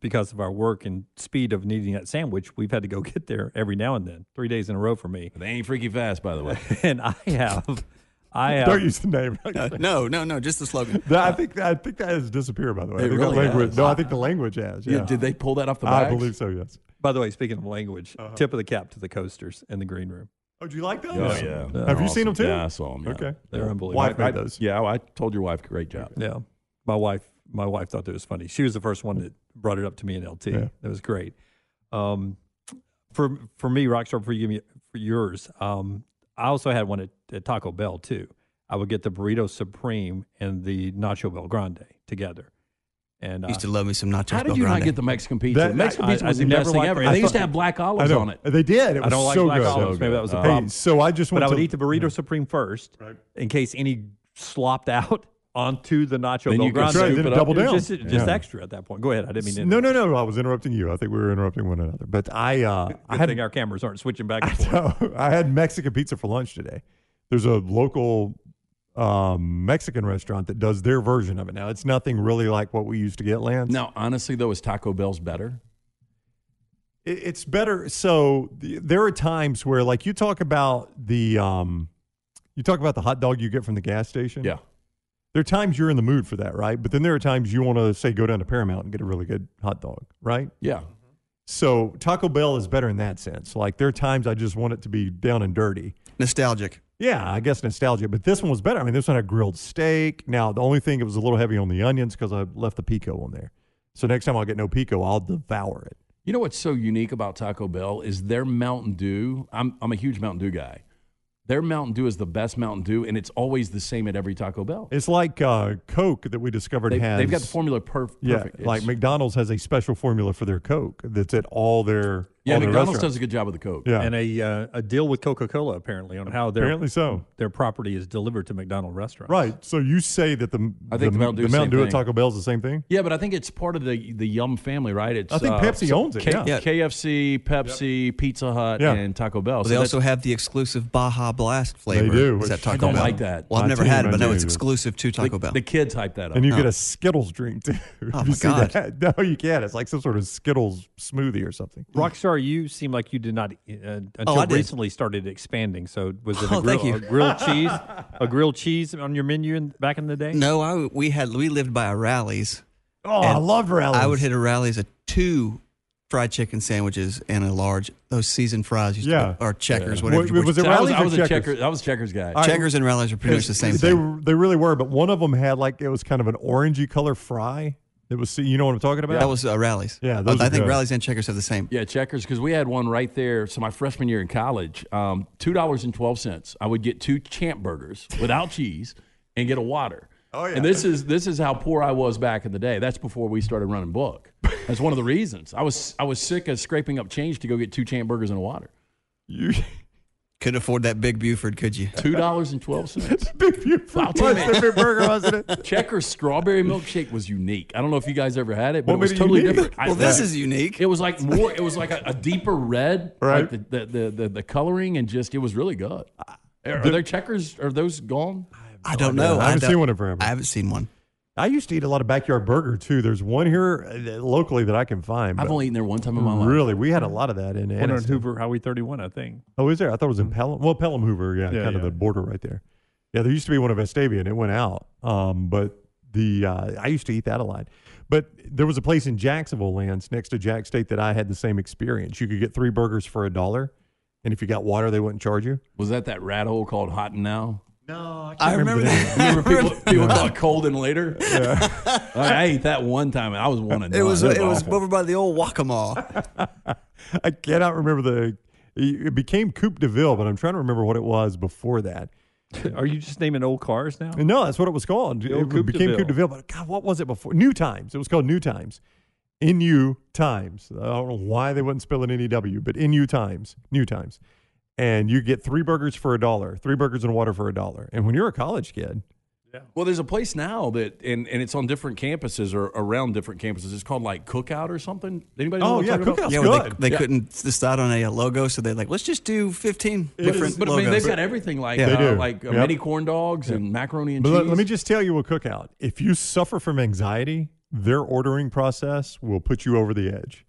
A: because of our work and speed of needing that sandwich, we've had to go get there every now and then. Three days in a row for me.
B: They ain't freaky fast, by the way.
A: And I have I have
C: Don't use the name.
D: Uh, No, no, no, just the slogan.
C: That- I think I think that has disappeared. By the way,
B: It
C: I think
B: really
C: that language.
B: has.
C: No, I think the language has. Yeah.
B: Yeah, did they pull that off the
C: I
B: back?
C: believe so. Yes.
A: By the way, speaking of language, tip of the cap to the coasters in the green room.
C: Oh, do you like those?
B: Oh, yeah.
C: Have you seen them too?
B: Yeah, I saw them. yeah.
C: Okay.
A: They're unbelievable.
C: Wife
B: I-
C: made those.
B: Yeah, I told your wife, great job.
A: Yeah. My wife my wife thought that was funny. She was the first one that brought it up to me in LT.
C: Yeah.
A: That was great. Um for for me, Rockstar for you for yours, um, I also had one at, at Taco Bell too. I would get the burrito supreme and the nacho bel grande together. And uh,
D: Used to love me some nachos.
B: How did
D: Bel
B: you
D: Grande.
B: not get the Mexican pizza?
C: That-
B: the Mexican
A: I-
B: pizza
A: I-
B: was
A: I
B: the
A: never
B: best thing
A: liked
B: ever.
A: it. I
B: They used
A: thought-
B: to have black
C: I
B: olives
C: know.
B: on it.
C: They did. It was
A: I don't like
C: so
A: black
C: good.
A: olives.
B: So
A: Maybe
B: good.
A: that was the
B: Uh,
A: problem.
C: Hey, so I just
A: but
C: went
A: I
C: to
A: would eat the burrito supreme first in case any slopped out onto the nacho
B: Then
A: bel
B: you could
A: grande.
B: That's right,
C: then
A: It
C: double
A: was
C: down.
A: Just, just
C: Yeah.
A: extra at that point. Go ahead. I didn't mean to
C: No,
A: interrupt.
C: no, no. I was interrupting you. I think we were interrupting one another. But I, uh, I
A: Good
C: had,
A: thing our cameras aren't switching back and forth.
C: no, I had Mexican pizza for lunch today. There's a local um, Mexican restaurant that does their version of it. Now it's nothing really like what we used to get, Lance.
B: Now, honestly, though, is Taco Bell's better?
C: It- it's better. So th- there are times where, like, you talk about the um, You talk about the hot dog you get from the gas station.
B: Yeah.
C: There are times you're in the mood for that, right? But then there are times you want to say go down to Paramount and get a really good hot dog, right?
B: Yeah.
C: So Taco Bell is better in that sense. Like there are times I just want it to be down and dirty.
D: Nostalgic.
C: Yeah, I guess nostalgia, but this one was better. I mean, this one had grilled steak. Now, the only thing it was a little heavy on the onions because I left the pico on there. So next time I'll get no pico, I'll devour it.
B: You know what's so unique about Taco Bell is their Mountain Dew. I'm, I'm a huge Mountain Dew guy. Their Mountain Dew is the best Mountain Dew, and it's always the same at every Taco Bell.
C: It's like uh, Coke that we discovered
B: They,
C: has.
B: have got the formula perf- perfect.
C: Yeah,
B: It's-
C: like McDonald's has a special formula for their Coke that's at all their.
B: yeah
C: all their
B: McDonald's does
C: restaurants.
B: a good job with the Coke.
C: Yeah,
A: and a uh, a deal with Coca Cola apparently on how their
C: apparently so.
A: their property is delivered to McDonald restaurants.
C: Right. So you say that the
B: I think the Mountain Dew is the same
C: at
B: thing.
C: Taco Bell is the same thing?
B: Yeah, but I think it's part of the the Yum family, right? It's uh,
C: I think Pepsi owns it, yeah.
D: Yeah.
B: KFC, Pepsi, Pizza Hut,
C: Yeah.
B: and Taco Bell.
D: Well,
B: So
D: they
B: that's-
D: also have the exclusive Baja Blast flavor.
C: do,
D: Is
C: which
D: that Taco
B: I don't
D: Bell?
B: like that.
D: Well, I've
C: I
D: never
C: do,
D: had it, but
C: I
D: I know
C: do.
D: it's exclusive to Taco
B: the,
D: Bell.
B: the kids hype that up.
C: And you get a Skittles drink too.
D: Oh,
C: Have you
D: my
C: seen
D: God.
C: that? No, you can't. It's like some sort of Skittles smoothie or something.
A: Rockstar, you seem like you did not uh, until
D: Oh, I did.
A: recently started expanding. So was it a,
D: Oh,
A: grill,
D: thank you.
A: a grilled cheese, a grilled cheese on your menu in, back in the day?
D: no, I, we had we lived by our rallies.
C: Oh, I love rallies.
D: I would hit a rally as a two fried chicken sandwiches and a large those seasoned fries used
C: Yeah.
D: to, or checkers,
C: Wa-
D: whatever.
C: was,
D: which-
C: it
B: So I was,
C: rallies
B: I was
C: or
B: a
C: checkers?
B: checker. I was a checkers guy.
D: checkers and rallies are pretty much the same
C: they,
D: thing.
C: were- They really were, but one of them had like it was kind of an orangey color fry. It was you know what I'm talking about?
D: That was uh, rallies.
C: Yeah, those
D: I
C: are
D: think
C: good.
D: rallies and checkers have the same.
B: Yeah, checkers. Because we had one right there. So my freshman year in college, um, two dollars and twelve cents. I would get two champ burgers without cheese and get a water. Oh yeah. And this is this is how poor I was back in the day. That's before we started running book. That's one of the reasons I was I was sick of scraping up change to go get two champ burgers and a water.
C: you,
D: Couldn't afford that big Buford, could you?
B: Two dollars and twelve cents.
C: you
B: Wow,
C: was
B: damn it.
C: the burger, wasn't it?
B: Checkers strawberry milkshake was unique. I don't know if you guys ever had it, but
C: What
B: it was
C: made it
B: totally
C: unique?
B: different. I-
D: Well, this is unique.
B: It was like more. It was like a, a deeper red,
C: Right.
B: Like the, the, the the the coloring and just it was really good. Are, are there checkers? Are those gone?
D: I don't know.
C: I haven't
D: don't-
C: seen one in forever.
D: I haven't seen one.
C: I used to eat a lot of backyard burger too. There's one here uh, locally that I can find.
B: I've
C: but
B: only eaten there one time in my life.
C: really we had a lot of that in
A: One on
C: Anniston.
A: Hoover Highway 31, I think.
C: Oh, is there? I thought it was in Pelham. Well, Pelham Hoover, yeah,
A: Yeah,
C: kind of
A: yeah.
C: the border right there. Yeah, there used to be one of Vestavia, and it went out. Um, but the uh, I used to eat that a lot. But there was a place in Jacksonville, Lance, next to Jack State, that I had the same experience. You could get three burgers for a dollar, and if you got water, they wouldn't charge you.
B: Was that that rat hole called Hot and Now?
D: I remember that.
B: Remember people people call it Cold and Later. All right, I ate that one time and I was one and
D: It
B: done.
C: Oh,
D: was it was
B: awful.
D: over by the old Waccamaw.
C: I cannot remember the. It became Coupe de Ville, but I'm trying to remember what it was before that.
A: Are you just naming old cars now?
C: No, that's what it was called. It
A: old Coupe de
C: became
A: Ville.
C: Coupe de Ville, but God, what was it before? New Times. It was called New Times. NU Times. I don't know why they wouldn't spell it N-E-W, but NU Times. New Times. And you get three burgers for a dollar, three burgers and water for a dollar. And when you're a college kid,
B: Well, there's a place now that and, and it's on different campuses or around different campuses. It's called like Cookout or something. Anybody? know
C: Oh,
B: what I'm
C: yeah,
B: talking about?
C: Cookout's
D: yeah, where
C: good.
D: they, they
B: Yeah.
D: couldn't decide on a uh, logo, so they're like, let's just do 15 different
B: But I
D: logos.
B: mean, they've got everything like
D: Yeah. They
B: uh,
C: do.
B: like uh,
C: Yep.
B: mini corn dogs and macaroni and
C: but
B: cheese.
C: let, let me just tell you a cookout. If you suffer from anxiety, their ordering process will put you over the edge.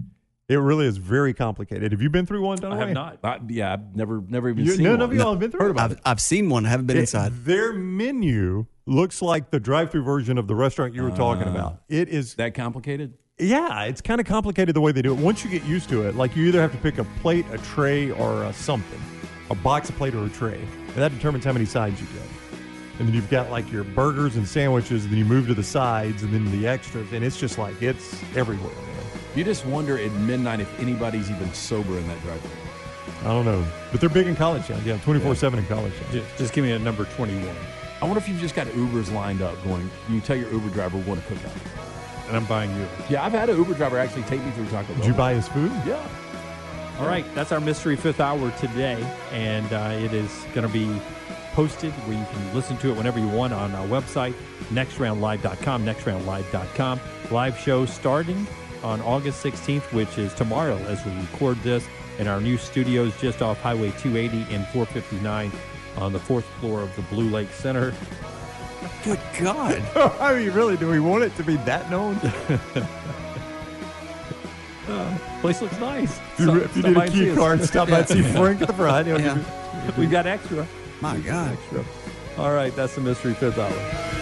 C: It really is very complicated. Have you been through one,
A: I
C: Dunaway?
A: have not.
B: I, yeah, I've never never even
C: You-
B: seen
C: none
B: one.
C: of y'all have been through it?
D: I've, I've seen one. I haven't been
C: It-
D: inside.
C: Their menu looks like the drive-through version of the restaurant you were talking about. It is,
B: that complicated?
C: yeah, it's kind of complicated the way they do it. Once you get used to it, like you either have to pick a plate, a tray, or a something, a box, a plate, or a tray, and that determines how many sides you get. And then you've got like your burgers and sandwiches, and then you move to the sides, and then the extras, and it's just like it's everywhere. man.
B: You just wonder at midnight if anybody's even sober in that drive-thru.
C: I don't know, but they're big in college town. Yeah, twenty-four-seven in college town.
A: Ju- Just give me a number 21,
B: I wonder if you've just got Ubers lined up going. You tell your Uber driver what a cookout.
A: and I'm buying you.
B: Yeah, I've had an Uber driver actually take me through Taco Bell.
C: Did you buy his food?
B: Yeah.
A: All right, that's our mystery fifth hour today, and uh, it is going to be posted where you can listen to it whenever you want on our website, nextroundlive.com, nextroundlive.com. Live show starting on August 16th, which is tomorrow as we record this in our new studios just off Highway 280 and 459 on the fourth floor of the Blue Lake Center.
D: Good God.
C: I mean, really, do we want it to be that known?
A: Place looks nice.
C: If you,
A: So-
C: if you
A: so
C: need a
A: mine's
C: key
A: is.
C: card, stop by and see Frank at the front. He'll give
D: Yeah.
C: you-
A: We've got extra.
D: My God.
A: All right, that's the mystery fifth hour.